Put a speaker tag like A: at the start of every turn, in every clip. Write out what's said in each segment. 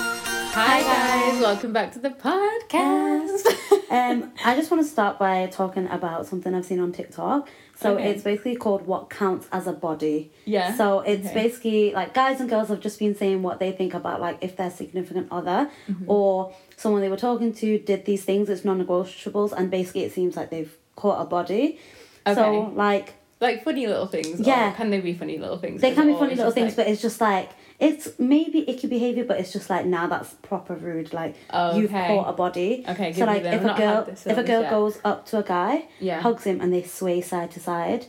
A: Hi guys, welcome back to the podcast.
B: Um, I just want to start by talking about something I've seen on TikTok. So
A: Okay.
B: it's basically called what counts as a body.
A: Yeah,
B: So it's
A: okay.
B: basically like guys and girls have just been saying what they think about like if their significant other
A: Mm-hmm.
B: or someone they were talking to did these things. It's non-negotiables, and basically it seems like they've caught a body. So
A: Okay.
B: like
A: like funny little things. or
B: Yeah.
A: can they be funny little things?
B: they can be
A: Or
B: funny
A: it's
B: little
A: just
B: things,
A: like-
B: but it's just like it's maybe icky behavior, but it's just like now that's proper rude. Like
A: Oh,
B: you've
A: okay.
B: caught a body.
A: Okay,
B: So
A: give me
B: like
A: them.
B: if
A: I've
B: a
A: not had
B: girl
A: this-
B: if
A: seen
B: a
A: this
B: girl
A: yet.
B: goes up to a guy,
A: Yeah.
B: hugs him, and they sway side to side.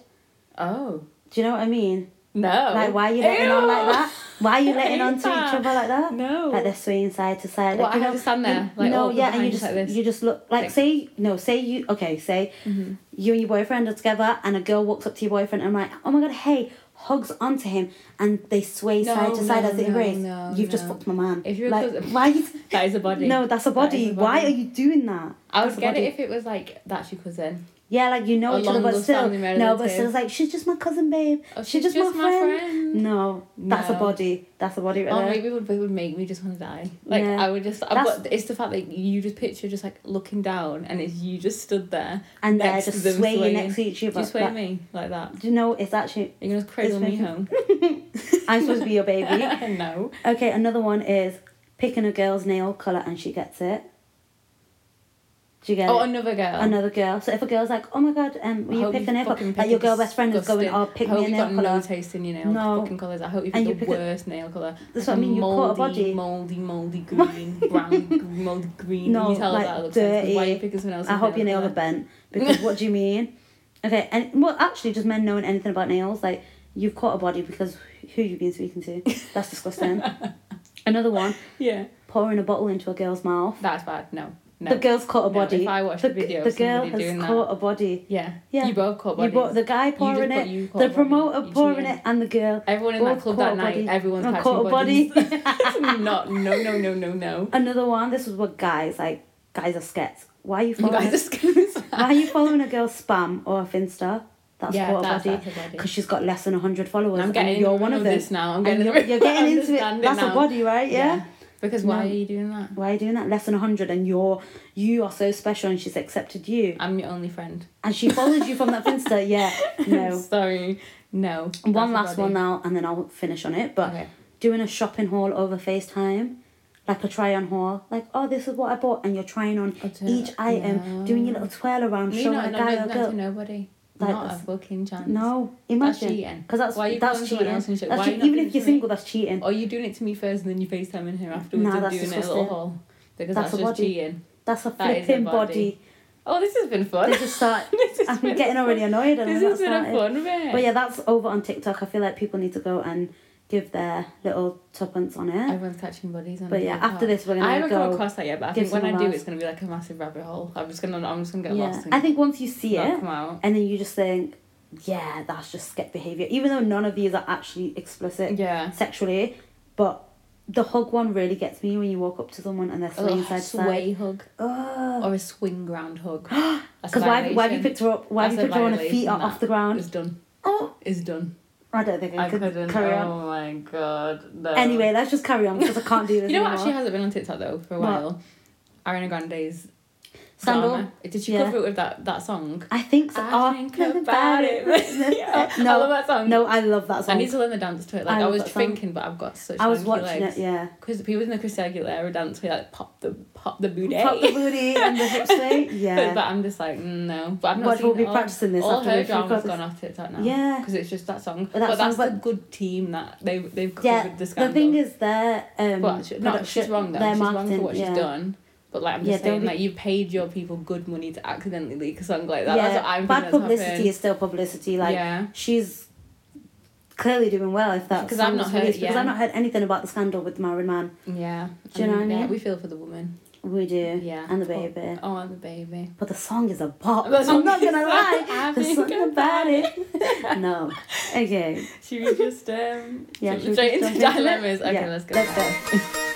A: Oh.
B: Do you know what I mean?
A: No.
B: Like why are you letting on like
A: Oh. Ew.
B: that? Why are you
A: I
B: letting
A: hate
B: on to
A: that.
B: each other like that?
A: No.
B: Like they're swaying side to side.
A: What,
B: like, you
A: how
B: know,
A: to stand there?
B: you-
A: Like,
B: no,
A: awkward
B: yeah, and
A: behind
B: you
A: just
B: just
A: like this?
B: you just look like
A: Like- Mm-hmm.
B: say no, say you okay, say you and your boyfriend are together, and a girl walks up to your boyfriend and like, oh my god, hey, hugs onto him, and they sway
A: No,
B: side to side
A: no,
B: as they
A: no,
B: embrace.
A: no,
B: You've just
A: no.
B: fucked my man.
A: If you're a
B: like,
A: cousin-
B: why? You,
A: That is a body.
B: no, that's a body.
A: a
B: Why
A: body.
B: are you doing that?
A: I
B: That's
A: would
B: a
A: get it
B: body.
A: if it was like that's your cousin.
B: Yeah, like you know
A: A
B: each other, but
A: long-lost
B: still,
A: family
B: no, but
A: relative.
B: still, it's like she's just my cousin, babe.
A: Oh,
B: she's,
A: she's
B: just,
A: just
B: my,
A: my
B: friend.
A: friend.
B: No, that's a
A: No.
B: body. That's a body right
A: Oh,
B: there.
A: maybe it would, it would make me just want to die. Like
B: Yeah.
A: I would just. I,
B: That's-
A: but it's the fact that you just picture just like looking down, and it's you just stood there
B: And they're
A: next to
B: just
A: them
B: swaying, next to each
A: Do
B: other.
A: you sway
B: like-
A: me like that?
B: Do you know it's actually
A: You're gonna cradle me
B: making-
A: home.
B: I'm supposed to be your baby.
A: no.
B: Okay, another one is picking a girl's nail colour and she gets it. Do you get
A: Oh,
B: it?
A: another girl.
B: Another girl. So if a girl's like, oh my god, um,
A: I
B: will you
A: hope
B: pick a nail colour?
A: fucking
B: Like
A: pick
B: your
A: a
B: girl best friend is going,
A: disgusting-
B: oh, pick
A: I hope
B: me a
A: you've
B: nail
A: got
B: colour.
A: no taste in your nail
B: No.
A: fucking colours. I hope you've
B: And
A: got
B: you
A: the
B: pick a-
A: worst nail colour. Like
B: That's what I mean, you caught a
A: mouldy,
B: body.
A: Mouldy, mouldy green, brown, mouldy green.
B: No,
A: you tell
B: like,
A: that it looks nice, 'cause Why are you
B: dirty.
A: picking someone else's
B: I hope your nails are
A: colour?
B: bent because what do you mean? Okay, and well, actually, just men knowing anything about nails, like you've caught a body because who you've been speaking to. That's disgusting. Another one,
A: Yeah,
B: pouring a bottle into a girl's mouth.
A: that's bad. No, no.
B: The girl's caught a
A: No,
B: body.
A: if I watch
B: the,
A: a video of
B: the girl
A: somebody
B: has
A: doing that-
B: caught a body.
A: yeah,
B: Yeah.
A: You both caught
B: You
A: bodies.
B: bought the guy
A: just
B: pouring
A: put-
B: it,
A: you caught
B: the
A: a body.
B: promoter
A: You
B: pouring
A: cheated.
B: it, and the girl.
A: Everyone in that
B: Both
A: club
B: caught
A: that
B: a
A: night,
B: body.
A: everyone's
B: No,
A: catching
B: caught a body.
A: bodies. Not no no no no no.
B: Another one. This is what guys like. Guys are skets. Why are you
A: You
B: following?
A: guys are scared.
B: Why are you following a girl's spam or a finsta? That's
A: Yeah,
B: caught
A: that's-
B: a body
A: that's a body.
B: because she's got less than hundred followers.
A: I'm
B: and
A: getting
B: you're one
A: of
B: of them.
A: this now. I'm
B: And
A: getting
B: you're, you're getting into it.
A: understanding
B: That's
A: now.
B: a body, right? Yeah.
A: Because why
B: No.
A: are you doing that?
B: Why are you doing that? Less than hundred, and you're you are so special, and she's accepted you,
A: I'm your only friend.
B: and she follows you from that finsta. Yeah, no.
A: Sorry. No.
B: one
A: That's
B: last
A: a
B: one uh,
A: body.
B: now, and then I'll finish on it. But
A: Okay.
B: doing a shopping haul over FaceTime, like a try on haul, like oh this is what I bought, and you're trying on
A: I don't-
B: each item, doing your little twirl around,
A: You're
B: showing a
A: not
B: guy or
A: not to
B: girl.
A: nobody.
B: Like
A: not a
B: this.
A: fucking chance.
B: No,
A: That's
B: imagine
A: cheating.
B: because that's
A: Why are you calling
B: that's
A: someone
B: cheating.
A: else and shit?
B: That's
A: Why are you
B: cheating.
A: not Oh,
B: Even
A: doing it
B: if you're
A: to me?
B: single, that's cheating.
A: Or you're doing it to me first and then you FaceTime in here afterwards
B: Nah,
A: and
B: that's
A: doing it a
B: disgusting.
A: little haul. Because
B: That's
A: that's,
B: a
A: just
B: body.
A: cheating.
B: That's a
A: That is a
B: flipping
A: body.
B: body.
A: Oh, this has been fun.
B: They just start.
A: this has
B: I'm
A: been
B: getting already annoyed. and
A: This
B: I'm
A: has been a fun bit.
B: But yeah, that's over on TikTok. I feel like people need to go and give their little tuppence on it.
A: Everyone's catching bodies on
B: But
A: the
B: yeah,
A: TikTok.
B: after this, we're gonna
A: I haven't come
B: go
A: across that yet, but I
B: give
A: think when
B: some
A: I do,
B: laughs.
A: it's gonna be like a massive rabbit hole. I'm just gonna, I'm just gonna get
B: yeah,
A: lost. And
B: I think once you see
A: not
B: it,
A: Come out.
B: and then you just think, yeah, that's just sket behavior, even though none of these are actually explicit
A: Yeah.
B: sexually, but the hug one really gets me when you walk up to someone and they're
A: A
B: swaying
A: little
B: side to side.
A: sway hug
B: Because
A: or a swing ground hug. That's a
B: why, why have you
A: violation.
B: picked her up? Why have you
A: That's a
B: picked her on her
A: violation,
B: feet or
A: that.
B: off the ground?
A: It's done.
B: Oh,
A: It's done.
B: I don't think I,
A: I
B: could
A: couldn't.
B: carry on.
A: Oh my god. No.
B: Anyway, let's just carry on because I can't do this
A: you know what
B: anymore.
A: actually hasn't been on TikTok though for a
B: What?
A: while. Ariana Grande's
B: Scandal?
A: Drama. Did she
B: Yeah.
A: cover it with that that song?
B: I think so.
A: I
B: Oh,
A: think
B: nothing
A: about it. Yeah. I love
B: no,
A: that song.
B: no, I love that
A: I
B: song.
A: need to learn the dance to it. Like
B: I
A: I,
B: love
A: was
B: that song.
A: thinking, but I've got such.
B: I was
A: wanky
B: watching
A: legs.
B: it, yeah.
A: Because people in the Christy Aguilera dance, we like pop the pop the booty.
B: Pop the booty and the hip sway.
A: but,
B: Yeah.
A: but I'm just like mm, no. But I've not
B: But
A: seen Oh,
B: we'll be
A: all,
B: practicing this
A: All
B: after
A: her
B: we've
A: drama's
B: recorded.
A: gone off TikTok now.
B: Yeah.
A: Because it's just that song. But,
B: But that
A: that's
B: song-
A: the good team that they they've covered
B: Yeah,
A: the
B: the
A: scandal.
B: thing is, their um,
A: but she, no, she's
B: production-
A: wrong though.
B: their
A: She's wrong for
B: marketing,
A: what
B: yeah.
A: she's done. But like I'm
B: Yeah,
A: just
B: don't
A: saying,
B: be-
A: like you paid your people good money to accidentally leak a song like that.
B: yeah,
A: That's what I'm
B: bad
A: thinking that's
B: publicity
A: happened.
B: is still publicity. Like
A: yeah.
B: she's clearly doing well if that
A: 'Cause I've
B: song
A: not
B: was
A: heard-
B: released, because
A: yeah.
B: I've not heard anything about the scandal with the married man.
A: Yeah.
B: Do you know
A: And,
B: what I
A: yeah,
B: mean?
A: We feel for the woman.
B: We do.
A: Yeah.
B: And the
A: Oh,
B: baby.
A: Oh, and the baby.
B: But the song is a bop.
A: That's
B: I'm not
A: what-
B: gonna lie.
A: I
B: There's
A: think
B: something about it. No. Okay.
A: Should we just um
B: Yeah,
A: jump
B: should we
A: straight
B: just
A: into
B: jump into it?
A: dilemmas? Okay,
B: Yeah,
A: let's go.
B: let's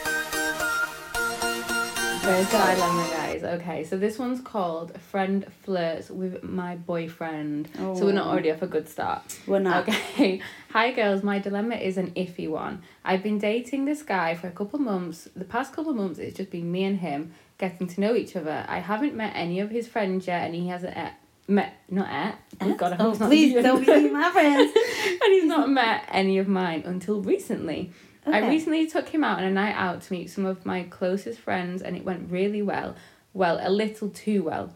A: First dilemma, guys. is. Okay, so this one's called Friend Flirts with My Boyfriend. So we're not
B: Oh.
A: already off a good start.
B: We're not.
A: Okay. Hi, girls. My dilemma is an iffy one. I've been dating this guy for a couple months. The past couple months, it's just been me and him getting to know each other. I haven't met any of his friends yet, and he hasn't eh, met, not at. Oh, God, I hope
B: oh,
A: it's not
B: please
A: you.
B: don't be my friends.
A: and he's not met any of mine until recently. I
B: Okay.
A: recently took him out on a night out to meet some of my closest friends, and it went really well. Well, a little too well.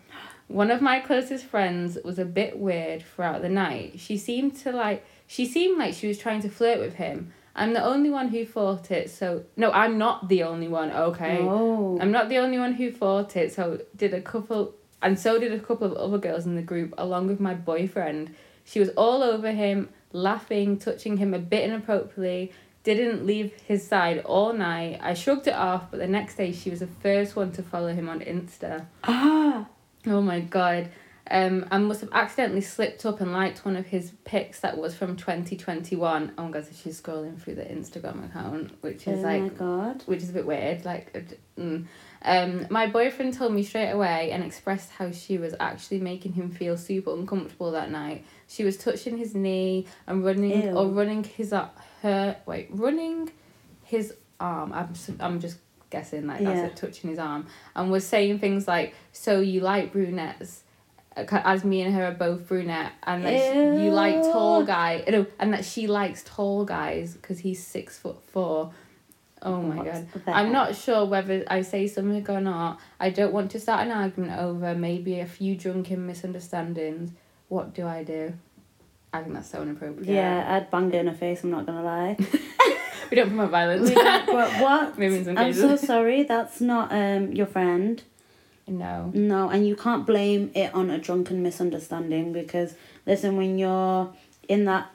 A: One of my closest friends was a bit weird throughout the night. She seemed to like she seemed like she was trying to flirt with him. I'm the only one who fought it, so no, I'm not the only one. Okay. Um,
B: Oh.
A: I'm not the only one who fought it, so did a couple and so did a couple of other girls in the group along with my boyfriend. She was all over him, laughing, touching him a bit inappropriately, didn't leave his side all night. I shrugged it off, but the next day she was the first one to follow him on Insta.
B: Ah.
A: Oh my god. Um, I must have accidentally slipped up and liked one of his pics that was from 2021. Oh my god, so she's scrolling through the Instagram account, which
B: Oh
A: is like
B: my god.
A: which is a bit weird. Like, uh, d- mm. um, my boyfriend told me straight away and expressed how she was actually making him feel super uncomfortable that night. She was touching his knee and running
B: Ew.
A: or running his uh, her wait running his arm. I'm s- I'm just guessing like
B: Yeah.
A: that's it, touching his arm and was saying things like, "So you like brunettes." uh, ca- As me and her are both brunette, and that she- you like tall
B: Ew.
A: guy, no, and that she likes tall guys because he's six foot four. Oh my
B: What
A: god.
B: the
A: I'm
B: heck?
A: not sure whether I say something or not. I don't want to start an argument over maybe a few drunken misunderstandings. What do I do? I think that's so inappropriate.
B: Yeah, I'd bang her in her face. I'm not gonna lie.
A: We don't promote violence.
B: We don't- but what?
A: Maybe in some
B: I'm so
A: cases.
B: sorry. That's not um your friend.
A: no.
B: No, and you can't blame it on a drunken misunderstanding because listen, when you're in that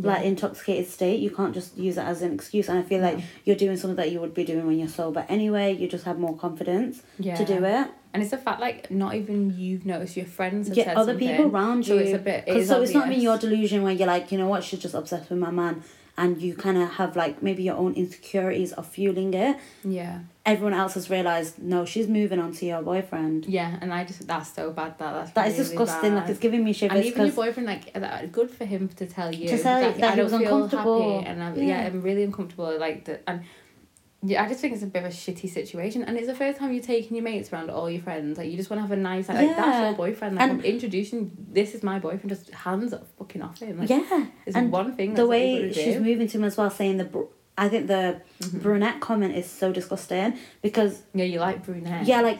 B: like intoxicated state, you can't just use it as an excuse. And I feel like
A: No.
B: you're doing something that you would be doing when you're sober anyway. You just have more confidence
A: Yeah.
B: to do it.
A: And it's the fact like not even you've noticed your friends have said
B: Get other
A: something.
B: people around
A: So
B: you.
A: it's a bit. it
B: 'Cause
A: is
B: so it's not even
A: obvious.
B: your delusion where you're like, you know what, she's just obsessed with my man. And you kind of have like maybe your own insecurities are fueling it.
A: Yeah.
B: Everyone else has realized, no, she's moving on to your boyfriend.
A: Yeah, and I just that's so bad. That that's
B: That is
A: really
B: disgusting.
A: Bad.
B: Like it's giving me shivers.
A: and even your
B: 'cause-
A: boyfriend, like, uh, that- good for him to tell you.
B: To tell you
A: like,
B: that
A: I
B: he
A: don't
B: was
A: feel
B: uncomfortable.
A: Happy and I'm, yeah.
B: Yeah.
A: I'm really uncomfortable. Like, the, and yeah, I just think it's a bit of a shitty situation. And it's the first time you're taking your mates around all your friends. Like, you just want to have a nice, like, that's
B: Yeah.
A: your boyfriend. Like,
B: And-
A: I'm introducing, this is my boyfriend, just hands up fucking off him. Like,
B: yeah.
A: It's
B: and
A: one thing
B: the
A: that's able
B: way
A: to
B: she's
A: do. Mm-hmm.
B: moving to him as well, saying the, br- I think the brunette comment is so disgusting because
A: Yeah, you like brunette.
B: Yeah, like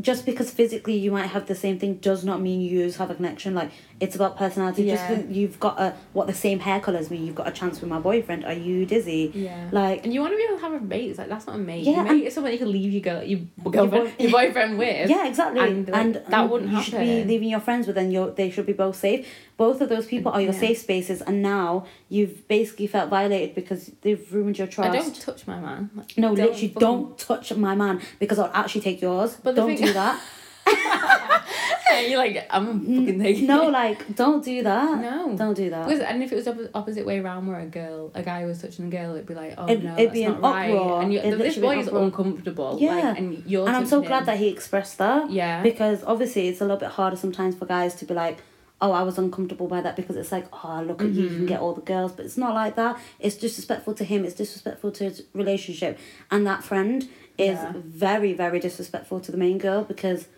B: just because physically you might have the same thing does not mean you have a connection. Like it's about personality. Just
A: Yeah.
B: that you've got a what the same hair color as me. You've got a chance with my boyfriend. Are you dizzy?
A: Yeah.
B: Like
A: and you want to be able to have a mate. It's like, that's not a mate.
B: Yeah,
A: Yeah, mate is someone you can leave your, girl, your, girlfriend,
B: boy-
A: your boyfriend with.
B: yeah, exactly.
A: and,
B: And,
A: like, that wouldn't
B: you should be
A: happen.
B: leaving your friends with, and you they should be both safe. Both of those people are your
A: Yeah.
B: safe spaces, and now you've basically felt violated because they've ruined your
A: I
B: trust.
A: don't touch my man. Like,
B: no,
A: don't
B: literally,
A: fucking-
B: don't touch my man because I'll actually take yours.
A: But the
B: don't
A: thing-
B: do that.
A: You're like, I'm fucking taking
B: no, like don't do that.
A: No.
B: don't do that.
A: Because and if it was the opposite way around, where a girl, a guy was touching a girl, it'd be like, oh
B: It'd-
A: no,
B: it'd
A: that's
B: be an
A: not right.
B: uproar.
A: And you,
B: It'd
A: this
B: literally
A: boy
B: be an
A: is
B: uproar.
A: uncomfortable.
B: Yeah.
A: Like, and you're.
B: and I'm so glad that he expressed that.
A: Yeah.
B: Because obviously it's a little bit harder sometimes for guys to be like, oh, I was uncomfortable by that because it's like, oh, look at you,
A: Mm-hmm.
B: you can get all the girls. But it's not like that. It's disrespectful to him, it's disrespectful to his relationship. And that friend is
A: Yeah.
B: very, very disrespectful to the main girl because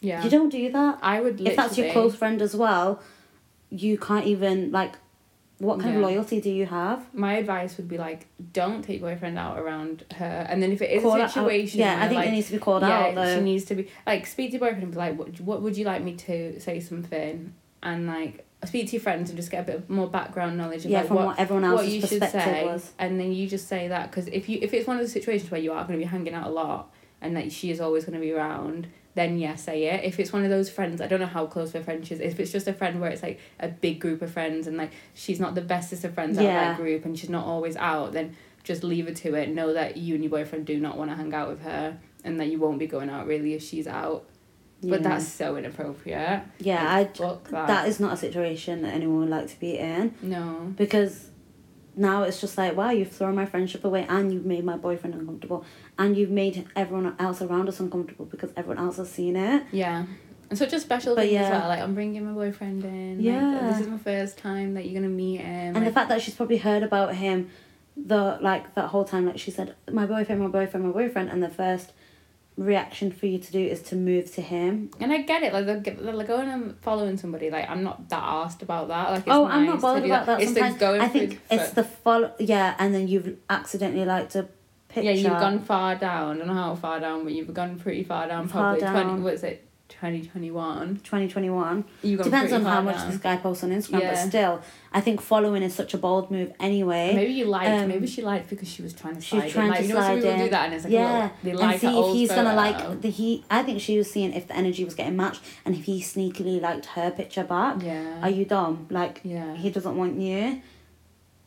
A: yeah.
B: you don't do that.
A: I would. Literally,
B: If that's your close friend as well, you can't even, like, what kind
A: Yeah.
B: of loyalty do you have?
A: My advice would be like, don't take boyfriend out around her. And then if it is
B: Call it
A: a
B: out.
A: situation,
B: Yeah,
A: where,
B: I think
A: like,
B: it needs to be called
A: yeah,
B: out though.
A: she needs to be like speak to your boyfriend and be like, what, what would you like me to say something? And like speak to your friends and just get a bit more background knowledge of
B: yeah,
A: like
B: from
A: what
B: what, everyone
A: what
B: else's
A: you should
B: perspective
A: say,
B: was.
A: and then you just say that because if you if it's one of those situations where you are going to be hanging out a lot and that she is always going to be around, then yeah, say it. If it's one of those friends, I don't know how close her friend she is. If it's just a friend where it's like a big group of friends and like she's not the bestest of friends out of
B: Yeah.
A: that group and she's not always out, then just leave her to it. Know that you and your boyfriend do not want to hang out with her and that you won't be going out really if she's out. But
B: Yeah.
A: that's so inappropriate.
B: Yeah,
A: Like,
B: I
A: fuck that.
B: that is not a situation that anyone would like to be in
A: no.
B: because now it's just like, wow, you've thrown my friendship away and you've made my boyfriend uncomfortable and you've made everyone else around us uncomfortable because everyone else has seen it.
A: Yeah. And such a special
B: But
A: thing as
B: yeah.
A: well. Like, I'm bringing my boyfriend in. Like,
B: Yeah.
A: this is my first time that you're going to meet him.
B: And the
A: like,
B: fact that she's probably heard about him the like that whole time, like she said, My boyfriend, my boyfriend, my boyfriend and the first reaction for you to do is to move to him.
A: and I get it. Like, they're, g- they're going and following somebody. Like, I'm not that arsed about that. Like, it's
B: oh,
A: nice
B: I'm
A: to
B: not bothered
A: do
B: about that,
A: It's the
B: sometimes.
A: going
B: I
A: through
B: think
A: the
B: it's the follow yeah, and then you've accidentally liked a picture.
A: Yeah, you've gone far down. I don't know how far down, but you've gone pretty far down.
B: Far
A: Probably twenty.
B: down.
A: What's it? Twenty twenty one.
B: twenty twenty one.
A: You gone
B: Depends
A: pretty
B: on
A: far
B: how much
A: down.
B: this guy posts on Instagram,
A: Yeah.
B: but still, I think following is such a bold move anyway.
A: Maybe you liked.
B: um,
A: maybe she liked because she was trying to
B: She's
A: slide.
B: trying
A: in. Like,
B: to
A: you know, some
B: slide
A: people do
B: in.
A: that, and it's like a
B: yeah,
A: little, they like
B: and
A: an
B: see if
A: old
B: he's gonna
A: photo.
B: like the he. I think she was seeing if the energy was getting matched, and if he sneakily liked her picture back.
A: Yeah.
B: Are you dumb? Like
A: yeah.
B: he doesn't want you.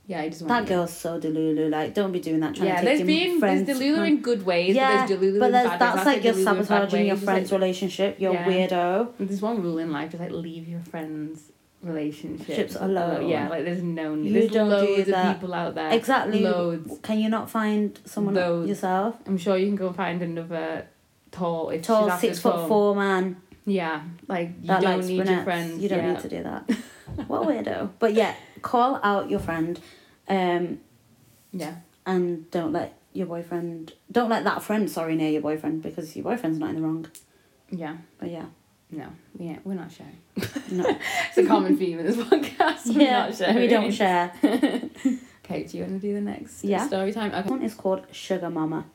A: yeah. I just want
B: That
A: you.
B: girl's so delulu. Like don't be doing that. Trying
A: Yeah.
B: to take
A: There's
B: your
A: been there's
B: friends.
A: delulu in good ways.
B: yeah,
A: but there's delulu
B: but
A: in
B: there's,
A: bad
B: that's
A: ways.
B: like you're
A: delulu in bad
B: sabotaging your
A: ways. It's like-
B: friend's relationship. You're
A: Yeah.
B: weirdo.
A: There's one rule in life, just like leave your friends' relationships
B: Ships alone.
A: Yeah, like there's no need.
B: You
A: There's
B: don't do
A: loads of
B: that.
A: people out there.
B: Exactly.
A: Loads.
B: Can you not find someone
A: Loads.
B: yourself?
A: I'm sure you can go find another tall if she's
B: Tall,
A: after
B: six foot
A: tall.
B: four man
A: Yeah, like you
B: that
A: don't
B: likes
A: need your
B: brunettes.
A: friends.
B: You don't
A: yeah.
B: need to do that. what a weirdo. But yeah, call out your friend, um,
A: Yeah,
B: and don't let your boyfriend. Don't let that friend. Sorry, near your boyfriend because your boyfriend's not in the wrong.
A: yeah.
B: But yeah,
A: No, we ain't, we're not sharing.
B: no.
A: It's a common theme in this podcast. We're
B: yeah,
A: not sharing.
B: we don't share.
A: Okay, do you want to do the next
B: Yeah.
A: story time? Okay.
B: This one is called Sugar Mama.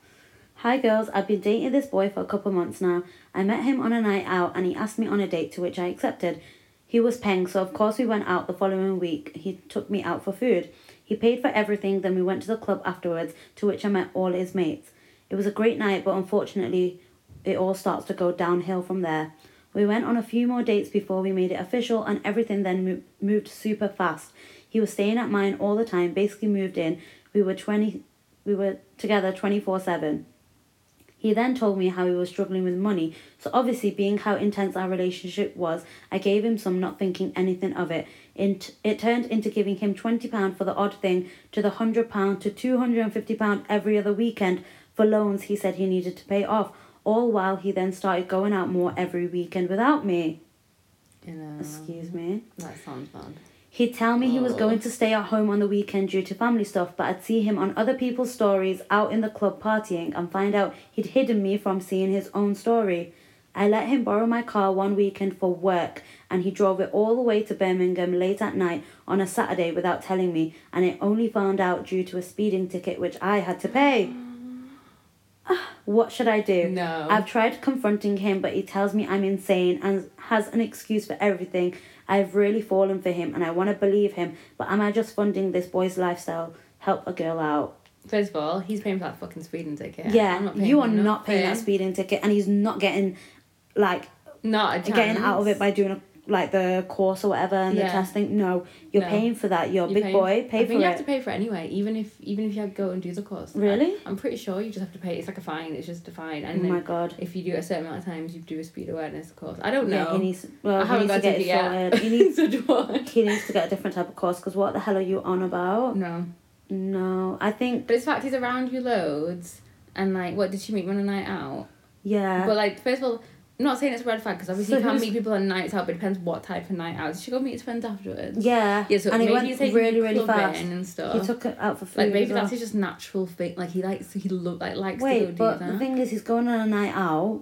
B: Hi girls, I've been dating this boy for a couple months now. I met him on a night out and he asked me on a date to which I accepted. He was paying, so of course we went out the following week. He took me out for food. He paid for everything, then we went to the club afterwards, to which I met all his mates. It was a great night, but unfortunately, it all starts to go downhill from there. We went on a few more dates before we made it official, and everything then mo- moved super fast. He was staying at mine all the time, basically moved in. We were 20, we were together 24 7. He then told me how he was struggling with money, so obviously, being how intense our relationship was, I gave him some, not thinking anything of it. It, it turned into giving him £20 for the odd thing to the £100 to £250 every other weekend for loans he said he needed to pay off, all while he then started going out more every weekend without me.
A: You know,
B: Excuse me.
A: That sounds bad.
B: He'd tell me he was
A: Oh.
B: going to stay at home on the weekend due to family stuff, but I'd see him on other people's stories out in the club partying and find out he'd hidden me from seeing his own story. I let him borrow my car one weekend for work, and he drove it all the way to Birmingham late at night on a Saturday without telling me, and I only found out due to a speeding ticket which I had to pay. Ah, what should I do?
A: No.
B: I've tried confronting him, but he tells me I'm insane and has an excuse for everything. I've really fallen for him and I want to believe him, but am I just funding this boy's lifestyle? Help a girl out.
A: First of all, he's paying for that fucking Sweden ticket. I'm
B: Yeah,
A: not paying
B: you
A: for
B: are not paying that
A: nothing.
B: speeding ticket and he's not getting like
A: Not a chance.
B: getting out of it by doing a, like the course or whatever and
A: Yeah.
B: the testing. No, you're
A: No.
B: paying for that. You're a
A: You
B: big
A: pay-
B: boy,
A: I
B: pay
A: think
B: for
A: you
B: it.
A: have to pay for it anyway, even if even if you go and do the course.
B: Really?
A: I, am pretty sure you just have to pay. It's like a fine. It's just a fine.
B: oh
A: And then
B: my god.
A: if you do it a certain amount of times, you do a speed awareness course. I don't know.
B: Yeah, he needs well,
A: I
B: he
A: haven't
B: needs
A: got
B: to
A: a
B: get it
A: ticket yet.
B: sorted. He needs
A: So do I.
B: he needs to get a different type of course because what the hell are you on about?
A: No,
B: No, I think
A: but it's fact he's around you loads, and like, what did she meet him on a night out?
B: yeah.
A: but like, first of all, I'm not saying it's a red flag because obviously
B: So
A: you can
B: who's-
A: meet people on nights out, but it depends what type of night out. Did she go meet his friends afterwards?
B: yeah.
A: Yeah, so
B: and
A: maybe
B: he went
A: he's taking
B: really,
A: you
B: really
A: clubbing
B: fast.
A: and stuff.
B: He took it out for food.
A: like
B: as
A: maybe
B: well.
A: that's his just natural thing. Like he likes he look like likes to go
B: Wait,
A: do
B: but
A: that.
B: the thing is, he's going on a night out.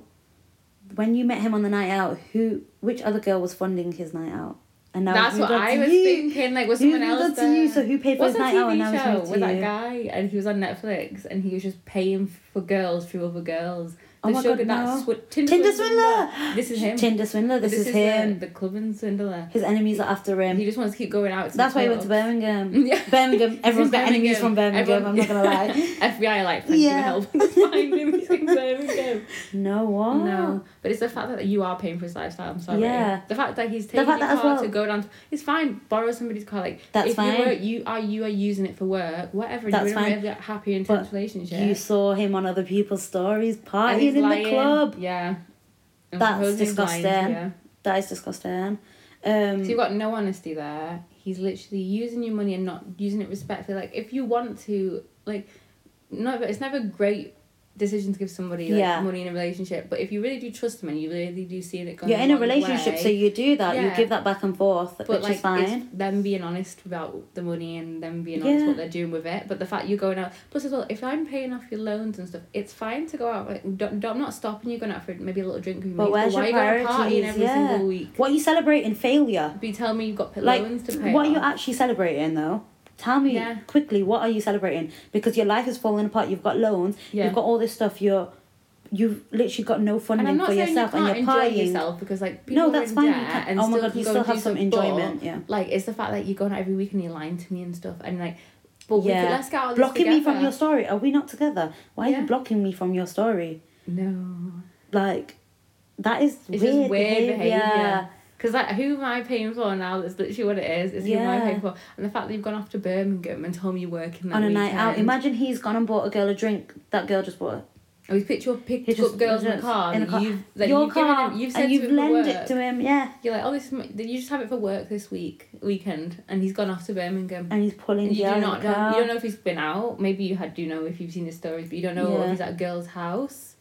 B: When you met him on the night out, who, which other girl was funding his night out? And now
A: That's
B: he's
A: what
B: moved on
A: I
B: to
A: was
B: you.
A: thinking. Like, was
B: He's
A: someone
B: moved on
A: else
B: to you,
A: there?
B: so who paid for
A: What's
B: his
A: that
B: night out and now
A: TV
B: he's
A: show
B: moved to
A: with that
B: you?
A: guy and he was on Netflix and he was just paying for girls through other girls?
B: Oh
A: The
B: my
A: show
B: God,
A: did
B: no.
A: swi- Tinder,
B: Tinder
A: This is him.
B: Tinder swindler. This, is, him.
A: The, the club and swindler.
B: his enemies are after him.
A: He just wants to keep going out. To
B: that's
A: the
B: why he went to
A: clubs.
B: Birmingham. Birmingham. Everyone's got enemies from Birmingham. I'm not gonna lie.
A: FBI like thank you
B: Yeah.
A: help us find him. He's in Birmingham.
B: No one.
A: No, but it's the fact that you are paying for his lifestyle. I'm sorry.
B: Oh. Yeah.
A: The fact that he's
B: The
A: taking
B: fact
A: your
B: that as
A: car
B: well-
A: to go down. To, it's fine. Borrow somebody's car. Like
B: That's
A: if
B: fine.
A: You, work, you are you are using it for work. Whatever. you're
B: That's
A: in
B: fine.
A: a really happy intense relationship.
B: You saw him on other people's stories,
A: And he's
B: partying in the
A: lying.
B: club.
A: Yeah. And
B: That's
A: supposedly he's lying to
B: disgusting. That is disgusting. Um,
A: So you've got no honesty there. He's literally using your money and not using it respectfully. Like if you want to, like, no, but it's never a great decision to give somebody like,
B: Yeah.
A: money in a relationship. But if you really do trust them and you really do see it going,
B: you're in a
A: one
B: relationship,
A: way,
B: so you do that. You
A: Yeah.
B: give that back and forth,
A: but
B: which
A: like
B: is fine.
A: it's them being honest about the money and them being honest
B: Yeah.
A: what they're doing with it. But the fact you're going out plus as well, if I'm paying off your loans and stuff, it's fine to go out. Like, don't, don't, I'm not stopping you going out for maybe a little drink with me.
B: But where's
A: why
B: your
A: are you going partying
B: priorities?
A: every
B: Yeah.
A: single week?
B: What are you celebrating? Failure.
A: Be telling me you've got
B: Like,
A: loans to pay.
B: What are you
A: off.
B: actually celebrating though? Tell me
A: Yeah.
B: quickly. What are you celebrating? Because your life is falling apart. You've got loans.
A: Yeah.
B: You've got all this stuff. You're, you've literally got no funding
A: and I'm not
B: for
A: saying
B: yourself,
A: you can't
B: and you're
A: enjoy
B: partying.
A: yourself because like people
B: No, that's
A: are in
B: fine. You
A: debt
B: can-
A: and
B: oh my
A: still
B: god, you
A: go
B: still
A: and
B: have
A: do
B: some
A: stuff,
B: enjoyment.
A: but,
B: Yeah.
A: Like it's the fact that you're going out every week and you're lying to me and stuff, and like, but we
B: Yeah.
A: could, let's get out of this
B: Blocking me from
A: together.
B: your story. Are we not together? Why are
A: Yeah.
B: you blocking me from your story?
A: No,
B: Like, that is
A: it's
B: weird,
A: just weird
B: behavior.
A: behavior. Because like, who am I paying for now? That's literally what it is. It's who am I
B: Yeah.
A: paying for? And the fact that you've gone off to Birmingham and told me you're working that
B: On a night out,
A: weekend.
B: imagine he's gone and bought a girl a drink. That girl just bought. a-
A: Oh, he's picked you up, picked
B: He just
A: up girls in the car.
B: in a
A: and
B: car.
A: You've, like,
B: your
A: you've given
B: car,
A: him, you've said
B: and
A: to
B: you've
A: him for
B: lent
A: work.
B: it to him. Yeah,
A: You're like, oh, this is my, you just have it for work this week, weekend, and he's gone off to Birmingham.
B: and he's pulling.
A: And you
B: the
A: do
B: other
A: not know.
B: girl.
A: You don't know if he's been out. Maybe you had do know if you've seen his stories, but you don't know
B: Yeah.
A: if he's at a girl's house.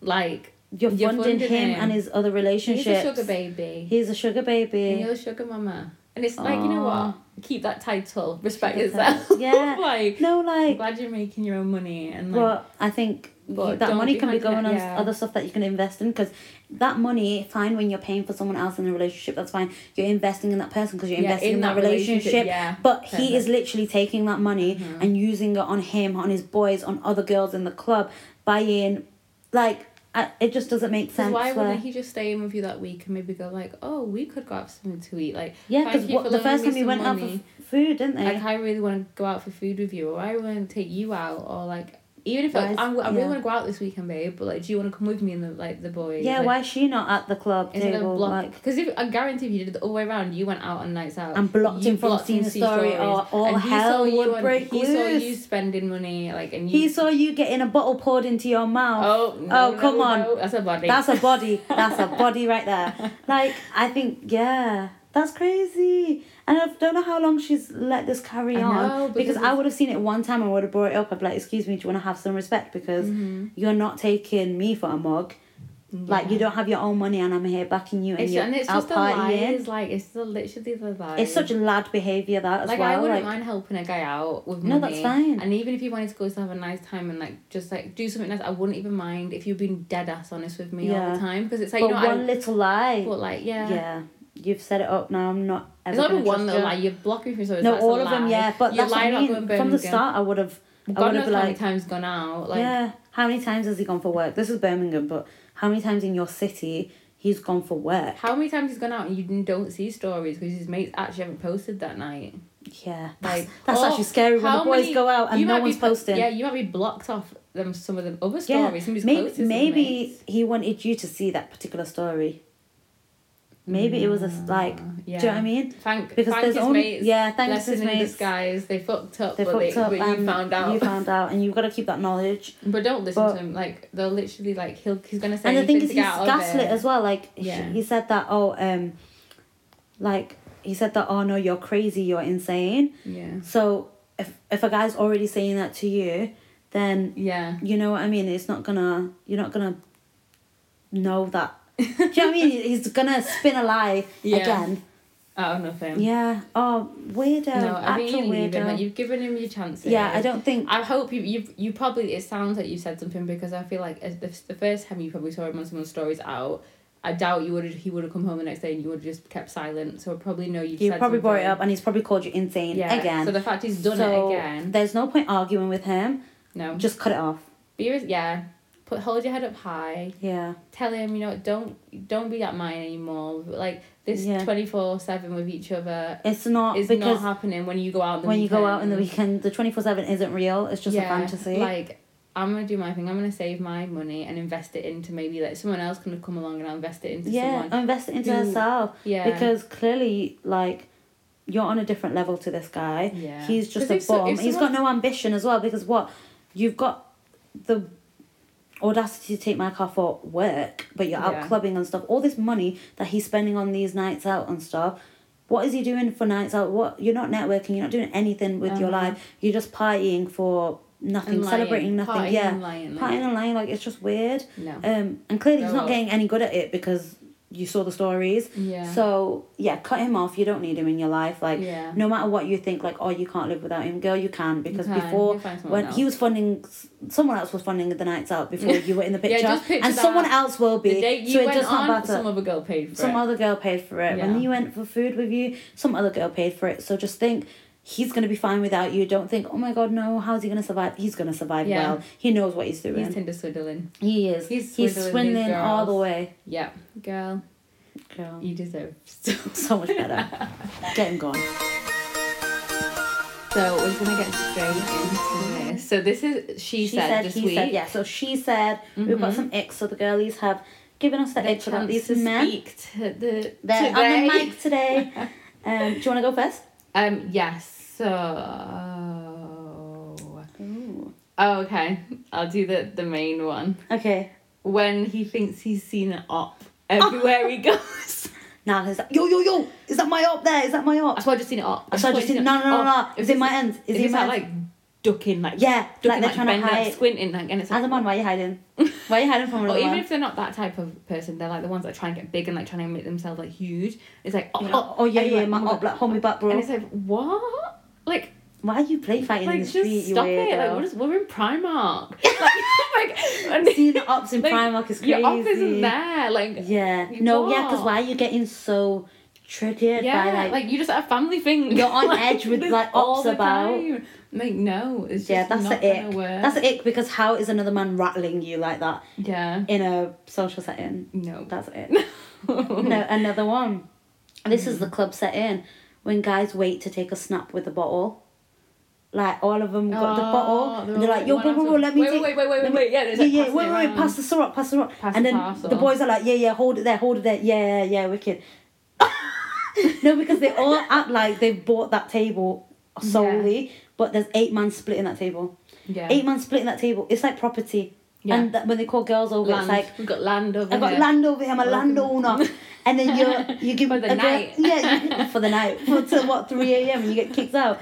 A: Like
B: You're,
A: You're
B: funding,
A: funding
B: him,
A: him.
B: and his other
A: he's
B: relationships.
A: a sugar baby.
B: He's a sugar baby.
A: and you're a sugar mama. And it's like you know
B: Aw.
A: what? Keep that title. Respect
B: Sugar
A: yourself.
B: baby. Yeah.
A: like
B: no,
A: I'm
B: like,
A: glad you're making your own money and like
B: but I think
A: But
B: you- that
A: don't
B: money
A: be
B: can be
A: handing
B: going
A: it-
B: on
A: yeah.
B: other stuff that you can invest in because that money, fine, when you're paying for someone else in a relationship, that's fine. You're investing in that person because you're
A: yeah,
B: investing in, that, relationship.
A: Yeah. Mm-hmm.
B: But
A: Perfect.
B: he is literally taking that money and using it on him, on his boys, on other girls in the club, buying, like, I, it just doesn't make
A: Because
B: sense.
A: why
B: where-
A: wouldn't he just stay in with you that week and maybe go like, oh, we could go out for something to eat? Like,
B: yeah,
A: thank
B: because
A: you for
B: the
A: loaning
B: first time
A: me
B: we
A: some
B: went out for
A: money.
B: f- food, didn't they?
A: like I really want to go out for food with you, or I want to take you out, or like even if
B: Guys,
A: like, I'm, I really
B: yeah.
A: want to go out this weekend, babe, but like, do you want to come with me and the like the boys?
B: yeah,
A: like,
B: why is she not at the club
A: Instead
B: table?
A: of block,
B: like,
A: because if I guarantee if you did it all the way around, you went out on nights out
B: and blocked
A: you
B: him from
A: blocked
B: seeing the
A: seeing
B: story,
A: stories,
B: or all
A: and he saw
B: hell
A: you
B: would
A: on-
B: break
A: He
B: loose.
A: saw you spending money, like and you.
B: He saw you getting a bottle poured into your mouth.
A: oh no,
B: Oh, come
A: no,
B: on.
A: no, that's a body.
B: That's a body. That's a body right there. Like, I think, yeah, that's crazy. And I don't know how long she's let this carry
A: I
B: on.
A: know,
B: because
A: because
B: I would have seen it one time and would have brought it up. I'd be like, excuse me, do you want to have some respect? Because
A: Mm-hmm.
B: you're not taking me for a mug. Like, you don't have your own money and I'm here backing you and
A: It's,
B: you're
A: and it's
B: out
A: just the
B: partying.
A: lies, like it's the literally the lies.
B: It's such lad behaviour, that as
A: like
B: well.
A: I wouldn't
B: like,
A: mind helping a guy out with
B: No,
A: money.
B: that's fine.
A: And even if you wanted to go to have a nice time and like just like do something nice, I wouldn't even mind if you've been dead ass honest with me all
B: Yeah.
A: the time because it's like
B: but
A: you know
B: one
A: I,
B: little lie.
A: but like yeah.
B: yeah, you've set it up now. I'm not ever.
A: It's not
B: gonna
A: even one
B: trust
A: though,
B: you.
A: like you're blocking me from so
B: no,
A: that's a
B: all of them,
A: lie.
B: yeah. But
A: you
B: that's what
A: lied
B: I
A: about
B: mean.
A: going
B: From the
A: Birmingham.
B: start, I would have. I
A: God
B: would have
A: knows
B: been
A: how many
B: like,
A: times gone out. Like
B: yeah. How many times has he gone for work? This is Birmingham, but how many times in your city he's gone for work?
A: how many times he's gone out and you don't see stories because his mates actually haven't posted that night.
B: Yeah, that's,
A: Like
B: that's
A: or
B: actually scary when the
A: how
B: boys
A: many-
B: go out and
A: you
B: no
A: might be
B: one's
A: po-
B: posting.
A: Yeah, you might be blocked off them some of the other stories.
B: Yeah,
A: Somebody's closest
B: maybe
A: is
B: maybe
A: mates.
B: he wanted you to see that particular story. Maybe it was a s- like,
A: Mm, Yeah.
B: do you know what I mean?
A: Thank,
B: Because
A: thank
B: there's
A: his
B: only
A: mates.
B: yeah, thanks to
A: Lesson
B: his
A: in
B: mates.
A: disguise. They fucked up,
B: They
A: but,
B: fucked
A: they,
B: up,
A: but you
B: and
A: found out.
B: You found out, and you've got to keep that knowledge.
A: but don't listen
B: But-
A: to him. Like they'll literally like he'll he's gonna say
B: and the
A: anything
B: thing is,
A: to
B: he's
A: get out of
B: gaslit
A: it.
B: as well. Like sh-
A: Yeah.
B: he said that. Oh, um, like he said that. Oh no, you're crazy. You're insane.
A: yeah,
B: So if if a guy's already saying that to you, then
A: yeah.
B: you know what I mean. It's not gonna. You're not gonna know that. Do you know what I mean? He's gonna spin a lie
A: Yeah.
B: again.
A: Out of nothing.
B: Yeah. Oh, weirdo.
A: No, I
B: Actual
A: mean you leave him.
B: weirdo.
A: Like you've given him your chances.
B: yeah, I don't think.
A: I hope you you you probably it sounds like you said something because I feel like as the, the first time you probably saw him on someone's stories out, I doubt you would have he would have come home the next day and you would have just kept silent. So I probably know you.
B: You
A: said
B: probably brought it
A: something.
B: up, and he's probably called you insane
A: Yeah.
B: again.
A: So the fact he's done
B: So
A: it again. Um,
B: There's no point arguing with him.
A: No.
B: Just cut it off.
A: Be res- yeah. Put hold your head up high.
B: Yeah.
A: Tell him you know don't don't be that mine anymore. Like this
B: Yeah.
A: twenty four seven with each other
B: It's not
A: is not
B: because
A: happening when you go out. On the
B: when you go out in the
A: weekend.
B: weekend, the twenty four seven isn't real. It's just a fantasy.
A: Like I'm gonna do my thing. I'm gonna save my money and invest it into maybe like someone else can come along and I'll invest it into
B: yeah,
A: someone.
B: invest it into
A: who-
B: herself
A: Yeah.
B: because clearly, like, you're on a different level to this guy.
A: Yeah.
B: He's just
A: 'Cause
B: a
A: if so-
B: bomb.
A: if
B: He's got no ambition as well because what you've got the audacity to take my car for work, but you're out
A: Yeah.
B: clubbing and stuff. All this money that he's spending on these nights out and stuff. What is he doing for nights out? What you're not networking, you're not doing anything with your
A: Uh-huh.
B: life. You're just partying for nothing,
A: lying.
B: celebrating nothing.
A: Partying
B: yeah,
A: and lying, like-
B: partying and lying. Like it's just weird.
A: No.
B: Um, and clearly he's
A: No.
B: not getting any good at it because you saw the stories.
A: Yeah.
B: So yeah, cut him off. You don't need him in your life. Like
A: Yeah.
B: no matter what you think, like oh you can't live without him, girl, you can because
A: can.
B: before
A: You'll find someone
B: when he
A: else.
B: was funding, someone else was funding the nights out before you were in the
A: Yeah,
B: picture,
A: just picture
B: and
A: that.
B: someone else will be.
A: The date you
B: so it
A: went
B: does not
A: on,
B: matter.
A: some other girl paid for
B: Some
A: it.
B: other girl paid for it.
A: Yeah.
B: When you went for food with you, some other girl paid for it. So just think. He's gonna be fine without you. Don't think, oh my god, no, how's he gonna survive? He's gonna survive
A: Yeah.
B: well. He knows what he's doing.
A: He's Tinder swindling.
B: he is.
A: he's
B: he's
A: swindling these
B: swindling all the
A: girls.
B: way.
A: Yeah, girl,
B: Girl.
A: you deserve so
B: so much better. Get him gone.
A: So we're gonna get straight into this. So this is she, said, this
B: he
A: week. Mm-hmm.
B: said, yeah. So she said, we've got some icks. So the girlies have given us the,
A: The
B: icks about
A: chance
B: these
A: to
B: men.
A: speak to the
B: They're
A: today.
B: on the mic today. um, do you want to go first?
A: Um. Yes. So. Oh, okay. I'll do the the main one.
B: Okay.
A: When he thinks he's seen an op everywhere he goes.
B: Now he's like, yo, yo, yo, is that my op there? Is that my
A: I
B: op?
A: swear I just seen it op.
B: I swear I just
A: seen
B: seen- no, no, no,
A: op.
B: no, no.
A: If
B: Is it
A: it's-
B: my ends? Is
A: if
B: it
A: it's
B: my
A: not,
B: ends?
A: oh, like ducking like
B: Yeah, like
A: ducking
B: they're
A: like,
B: trying to
A: bending, like
B: hide-
A: squinting like and it's like
B: As a man, why are you hiding? Why are you hiding from
A: Or
B: another
A: Oh, even
B: man?
A: if they're not that type of person, they're like the ones that try and get big and like trying to make themselves like huge. It's like, oh,
B: You're like,
A: oh,
B: oh, yeah,
A: and you're
B: yeah,
A: like,
B: my
A: oh
B: op, like, hold me back, bro.
A: And it's like, what? Like,
B: Why are you play fighting in
A: like
B: the
A: just
B: street? You
A: stop it. Like,
B: weirdo?
A: we're, just, we're in Primark. like, like, and-
B: Seeing the ops in
A: like,
B: Primark is
A: Your op
B: crazy.
A: isn't there. Like,
B: Yeah.
A: You
B: No, yeah, because
A: are.
B: why are you getting so triggered
A: yeah,
B: by like,
A: like, you just at a family thing.
B: You're on edge with,
A: this
B: like,
A: all
B: ops
A: the
B: about.
A: time. Like, no, it's just
B: yeah, that's
A: not
B: the
A: gonna
B: ick.
A: work.
B: That's the ick because how is another man rattling you like that
A: yeah,
B: in a social setting?
A: no.
B: That's it. no, another one. This
A: Mm.
B: is the club setting when guys wait to take a snap with the bottle. Like all of them got the
A: Oh,
B: bottle.
A: they're
B: And they're
A: all
B: like, yo,
A: one
B: bro, bro,
A: after-
B: bro, let me
A: Wait,
B: take.
A: wait, wait, wait,
B: let
A: wait,
B: me-
A: yeah, there's,
B: yeah,
A: like,
B: yeah,
A: passing
B: wait,
A: it
B: wait, wait,
A: around.
B: pass the syrup, pass the syrup.
A: Pass
B: and
A: the
B: then
A: parcel.
B: the boys are like, yeah, yeah, hold it there, hold it there, yeah, yeah, wicked. no, because they all act like they've bought that table solely, but there's eight man splitting that table.
A: Yeah.
B: Eight man splitting that table. It's like property.
A: Yeah.
B: And that, when they call girls over,
A: land.
B: it's like
A: We've got land over
B: I've got
A: here.
B: land over here. I'm a landowner. And then you're you give
A: For the
B: a girl-
A: night.
B: yeah, you, for the night. For till what three a.m. and you get kicked out.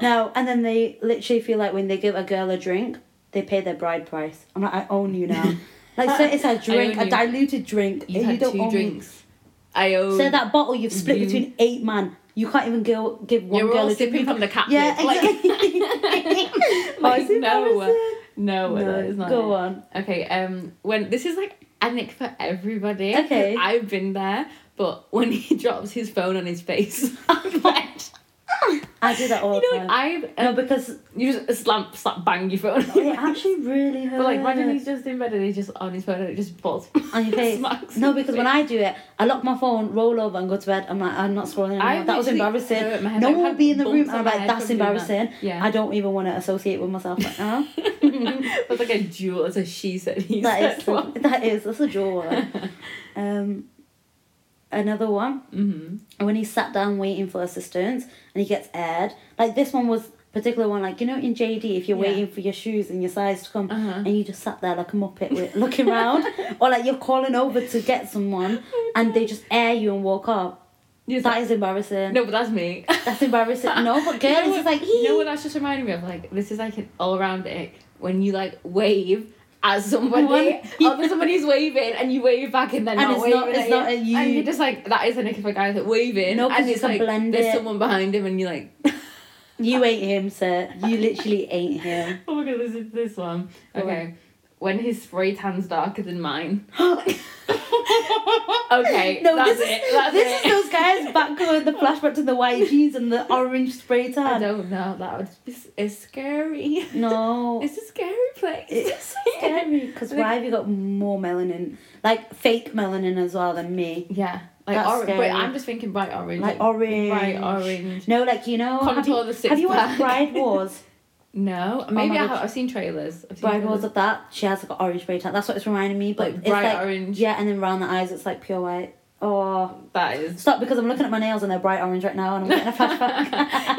B: Now and then they literally feel like when they give a girl a drink, they pay their bride price. I'm like, I own you now. Like, say it's a drink,
A: own
B: a
A: you.
B: diluted drink.
A: You've
B: and
A: had
B: don't own
A: two
B: me.
A: drinks. I owe.
B: So that bottle you've split
A: You-
B: between eight man. You can't even go, give one
A: You're
B: girl
A: all
B: a drink.
A: sipping from the cap.
B: yeah,
A: lid. Like-
B: exactly. Oh,
A: like,
B: it's
A: no, uh,
B: embarrassing.
A: no,
B: No,
A: it's not.
B: go
A: it.
B: on.
A: Okay, um, when this is like an ick for everybody. 'cause
B: Okay.
A: I've been there, but when he drops his phone on his face, I'm like,
B: I do that all
A: you
B: the
A: know,
B: time.
A: like I've
B: no,
A: um,
B: because
A: you just slap, slap, bang your phone.
B: it actually really hurts.
A: But like, imagine he's just in bed and he's just on his phone and it just falls
B: on your face.
A: smacks
B: No,
A: his
B: because
A: face.
B: when I do it, I lock my phone, roll over, and go to bed. I'm like, I'm not scrolling anymore.
A: I
B: that was
A: literally
B: embarrassing.
A: threw it in my head,
B: No
A: like,
B: one will
A: had
B: be in the room,
A: bumps
B: and I'm
A: on my
B: like,
A: head
B: that's
A: from doing that.
B: embarrassing.
A: Yeah.
B: I don't even want to associate with myself right now.
A: It's like a duel. It's a she said he
B: that
A: said
B: is
A: one.
B: that is that's a jaw. one. um, another one.
A: Mm-hmm.
B: when he sat down waiting for assistance and he gets aired. Like this one was particular one, like you know in JD if you're
A: Yeah.
B: waiting for your shoes and your size to come
A: Uh-huh.
B: and you just sat there like a muppet with, looking round, or like you're calling over to get someone and they just air you and walk up.
A: Yes,
B: That is embarrassing.
A: No, but that's me.
B: That's embarrassing. No, but
A: You know
B: girls
A: what-
B: is like
A: you know what that's just reminding me of? Like this is like an all round ick when you like wave at somebody
B: One-
A: or that somebody's waving and you wave back and then
B: And
A: not
B: it's
A: waving
B: not-
A: at
B: it's
A: you.
B: not at you.
A: and you're just like that is an ick if a guy's like waving
B: No, 'cause
A: and
B: you
A: it's
B: can
A: like
B: blend
A: there's
B: it.
A: someone behind him and you're like
B: you ain't him, sir. You literally ain't him.
A: oh my god this is this one
B: Go on.
A: okay when his spray tan's darker than mine okay
B: No,
A: that's
B: this is
A: it that's
B: this
A: it
B: is those guys back with the flashback to the white jeans and the orange spray
A: I
B: tan.
A: don't know that would be s- it's scary
B: No,
A: it's a scary place
B: It's scary because
A: Like-
B: why have you got more melanin, like fake melanin as well than me?
A: Yeah, like
B: That's
A: orange.
B: scary.
A: But I'm just thinking bright orange.
B: Like orange.
A: Bright orange.
B: No, like you know. Have
A: Contour
B: you,
A: the six
B: have you watched
A: pack.
B: Bride Wars?
A: No, maybe
B: my
A: I
B: God.
A: have, I've seen trailers. I've seen
B: Bride
A: trailers.
B: Wars of that. She has like an orange spray tan. That's what it's reminding me. But
A: Like
B: it's
A: bright
B: like,
A: orange.
B: Yeah, and then round the eyes, it's like pure white. Oh,
A: That is.
B: stop! Because I'm looking at my nails and they're bright orange right now, and I'm getting a flashback.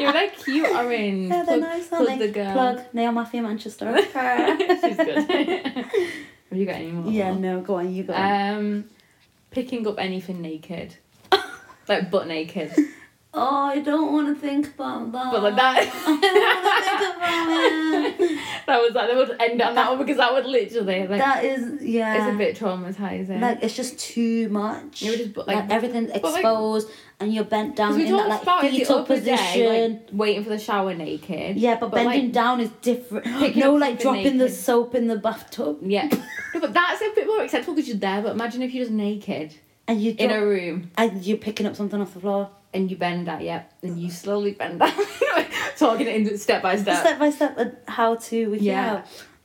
A: You're like cute orange.
B: no, they're
A: Plug-
B: nice,
A: plug
B: aren't they?
A: the girl.
B: Plug Nail Mafia Manchester.
A: She's good. Have you got any more?
B: Yeah, no, go on, you go. on.
A: Um, picking up anything naked, like butt naked,
B: oh, I don't want to think about that.
A: but like that.
B: I don't want to think about it.
A: that was like they would end on that one because that would literally like
B: That uh, is, yeah.
A: it's a bit traumatizing.
B: Like it's just too much.
A: Yeah, we just put,
B: like,
A: like-
B: everything's
A: like-
B: exposed, and you're bent down
A: Because we
B: Um, in that
A: talked
B: like
A: about it the
B: fetal
A: other
B: position.
A: day, like waiting for the shower naked.
B: yeah, but,
A: But,
B: bending
A: like,
B: down is different.
A: picking
B: No,
A: up
B: like
A: the
B: dropping the
A: naked-
B: soap in the bathtub,
A: Yeah. no, but that's a bit more acceptable because you're there. But imagine if you're just naked
B: and you
A: in
B: drop-
A: a room
B: and you're picking up something off the floor,
A: and you bend down. Yep. And you slowly bend down. Talking it in step by step.
B: step by step, uh, how to with
A: Yeah.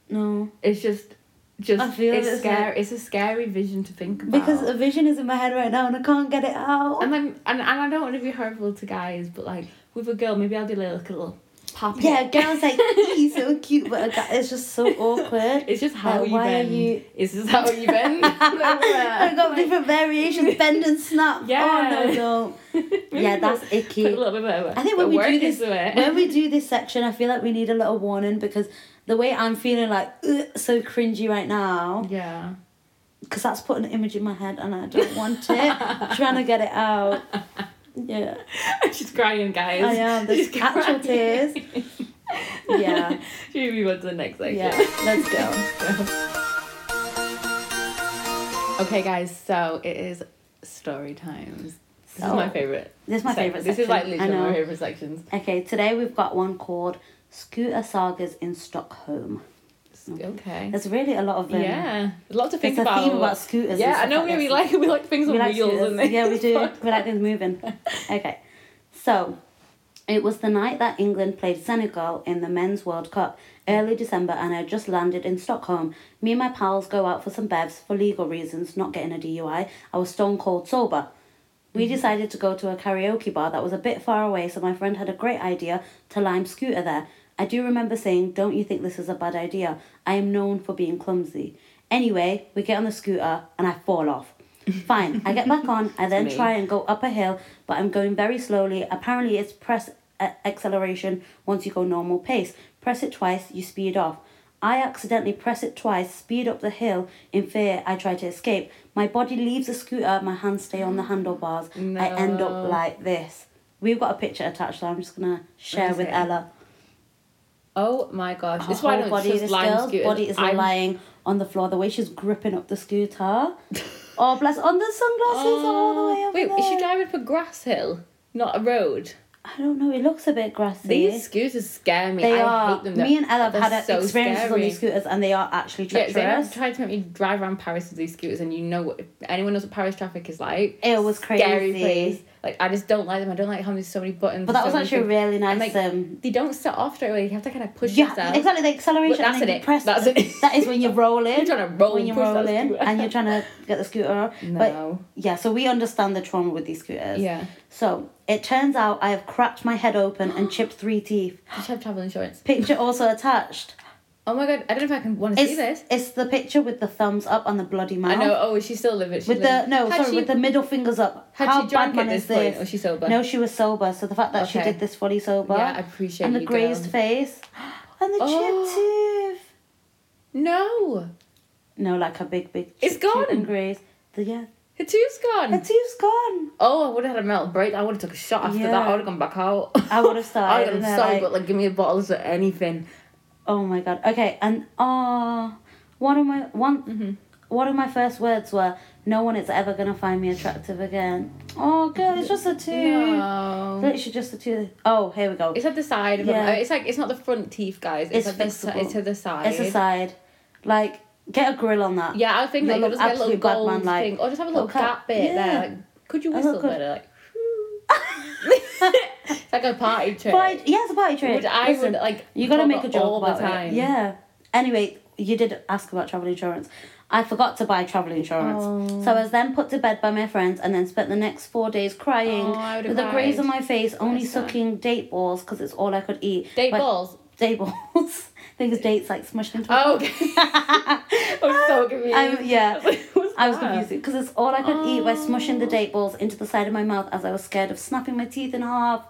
B: No,
A: It's just,
B: I
A: just
B: feel
A: it's
B: it, isn't
A: scary. It's a scary vision to think about.
B: because a vision is in my head right now, and I can't get it out.
A: and then and, and I don't want to be horrible to guys, but like with a girl, maybe I'll do like a little pop. it.
B: yeah, a girl's like, he's so cute, but a guy, it's just so awkward.
A: It's just how
B: Like,
A: you
B: why are
A: bend.
B: you-
A: It's just how you bend. Like,
B: I've got different variations, bend and snap.
A: Yeah.
B: Oh no, no. yeah, that's icky.
A: Put a little bit of
B: I think
A: the
B: when we
A: work
B: do this,
A: into it.
B: when we do this section, I feel like we need a little warning because the way I'm feeling like "Ugh," so cringy right now
A: yeah.
B: because that's put an image in my head and I don't want it. trying to get it out. Yeah,
A: She's crying, guys.
B: I am. There's
A: She's
B: actual
A: crying.
B: tears. Yeah,
A: Should we move on to the next section?
B: yeah. Let's go.
A: Okay, guys. So it is story times. This is
B: So,
A: my favorite.
B: Oh. This is my
A: sec-
B: favorite.
A: This
B: section.
A: is like
B: I
A: literally one of
B: know.
A: my favorite sections.
B: Okay, today we've got one called Scooter Sagas in Stockholm.
A: Okay.
B: There's really a lot of um,
A: Yeah, a lot to think
B: It's a
A: about.
B: theme about scooters. and
A: yeah, I
B: stuff
A: know
B: like
A: we, we
B: this.
A: like we like things on
B: We like
A: wheels
B: scooters.
A: and things.
B: Yeah, we do. we like things moving. Okay, so it was the night that England played Senegal in the Men's World Cup, early December, and I had just landed in Stockholm. Me and my pals go out for some bevs for legal reasons, not getting a DUI. I was stone cold sober. We decided to go to a karaoke bar that was a bit far away, so my friend had a great idea to lime scooter there. I do remember saying, Don't you think this is a bad idea? I am known for being clumsy. Anyway, we get on the scooter and I fall off. Fine, I get back on, I then
A: me.
B: try and go up a hill, but I'm going very slowly. Apparently, it's press a- acceleration once you go normal pace. Press it twice, you speed off. I accidentally press it twice, speed up the hill. In fear, I try to escape. My body leaves the scooter, my hands stay on the handlebars. I end
A: No.
B: up like this. We've got a picture attached, so I'm just gonna share with
A: Okay.
B: Ella.
A: Oh my gosh!
B: Her
A: It's why I
B: whole
A: don't
B: body,
A: just
B: this
A: lime
B: girl's
A: scooters.
B: body is
A: I'm-
B: lying on the floor. The way she's gripping up the scooter. oh bless! On the sunglasses all the way
A: Oh,
B: up
A: Wait,
B: there.
A: is she driving up a grass hill, not a road?
B: I don't know. It looks a bit grassy.
A: These scooters scare me.
B: they
A: I
B: are.
A: hate them.
B: me and Ella have
A: They're
B: had uh,
A: so
B: experiences on
A: scary.
B: these scooters, and they are actually
A: Yeah, they have
B: treacherous.
A: tried to make me drive around Paris with these scooters, and you know what? If anyone knows what Paris traffic is like.
B: it was crazy.
A: Scary place. Like I just don't like them. I don't like how there's so many buttons.
B: But that
A: so
B: was
A: many
B: actually
A: things.
B: really nice.
A: like,
B: um,
A: They don't set off straight away. You have to kind of push
B: yeah,
A: yourself.
B: exactly. The acceleration.
A: But that's
B: and then
A: it.
B: you press-
A: That's it.
B: That is when you're rolling.
A: You're trying to roll
B: when
A: and
B: you're
A: push that
B: rolling
A: scooter.
B: and you're trying to get the scooter. on. But
A: No.
B: yeah, so we understand the trauma with these scooters.
A: Yeah.
B: So it turns out I have cracked my head open and chipped three teeth.
A: You should have travel insurance.
B: Picture also attached.
A: Oh my god! I don't know if I can want to see
B: It's,
A: this.
B: it's the picture with the thumbs up on the bloody mouth.
A: I know. Oh, is she still living? She
B: With the
A: living.
B: no,
A: Had
B: sorry,
A: she-
B: with the middle fingers up.
A: Had
B: How
A: she drank
B: bad man
A: at
B: is
A: this point,
B: this?
A: or she's sober?
B: No, she was sober. So the fact that she
A: Okay.
B: did this fully sober.
A: Yeah, I appreciate
B: And the
A: you,
B: grazed
A: girl.
B: face, and the
A: Oh.
B: chipped tooth.
A: No,
B: No, like a big, big.
A: It's
B: chip tooth
A: gone.
B: And grazed. The, yeah,
A: her tooth's gone.
B: the tooth's gone.
A: oh, I would have had a melt break. I would have took a shot after
B: Yeah.
A: that. I would have gone back out.
B: I would have started,
A: I would have been
B: and they're
A: sorry,
B: like-
A: but like, give me a bottle of anything.
B: Oh my god. Okay, and ah, one of my one
A: Mm-hmm.
B: one of my first words were, "No one is ever gonna find me attractive again." Oh, girl, it's just a two.
A: No.
B: Literally just a two. Oh, here we go.
A: It's at the side of
B: Yeah.
A: them. It's like it's not the front teeth, guys. It's,
B: It's
A: at the si-
B: fixable.
A: it's to the side.
B: It's a side. Like, get a grill on that.
A: Yeah, I was thinking
B: They
A: like,
B: look
A: just get a little
B: absolute God
A: gold
B: man, like,
A: thing, or just have a little
B: okay.
A: gap bit
B: Yeah.
A: there. Like, could you
B: I
A: whistle
B: look good.
A: better? Like, it's like a party trick.
B: Party, yeah, it's a party trick.
A: Would I
B: Listen,
A: would like
B: You gotta
A: talk
B: make a
A: about
B: joke
A: all
B: about
A: the time.
B: it. Yeah. Anyway, you did ask about travel insurance. I forgot to buy travel insurance, so
A: Oh.
B: I was then put to bed by my friends, and then spent the next four days crying
A: Oh, I would've
B: with a graze
A: cried.
B: on my face, only
A: That's sad.
B: sucking date balls because it's all I could eat.
A: Date
B: But-
A: balls.
B: Date balls. I think it's dates like smushed into.
A: Oh, okay. I'm so confused. Ah.
B: I'm- yeah.
A: What's
B: I was
A: that?
B: confused because it's all
A: Oh. Oh.
B: I could eat by smushing the date balls into the side of my mouth as I was scared of snapping my teeth in half.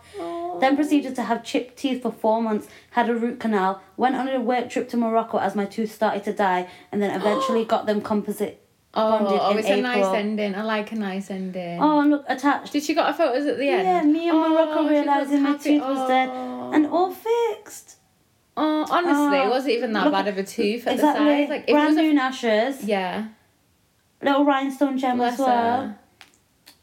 B: Then proceeded to have chipped teeth for four months, had a root canal, went on a work trip to Morocco as my tooth started to die, and then eventually got them composite.
A: Oh,
B: bonded
A: oh
B: in
A: it's a nice
B: April.
A: ending. I like a nice ending.
B: Oh, and look, attached.
A: Did she got her photos at the end?
B: Yeah, me and
A: Oh,
B: Morocco
A: she
B: realizing my
A: looks happy.
B: tooth was dead
A: Oh.
B: and all fixed.
A: Oh, honestly,
B: Oh,
A: it wasn't even that
B: look
A: bad
B: at-
A: of a tooth at
B: exactly.
A: the side. Like, if it
B: Brand
A: was a-
B: new gnashes.
A: yeah.
B: Little rhinestone gem
A: Bless
B: as well.
A: her.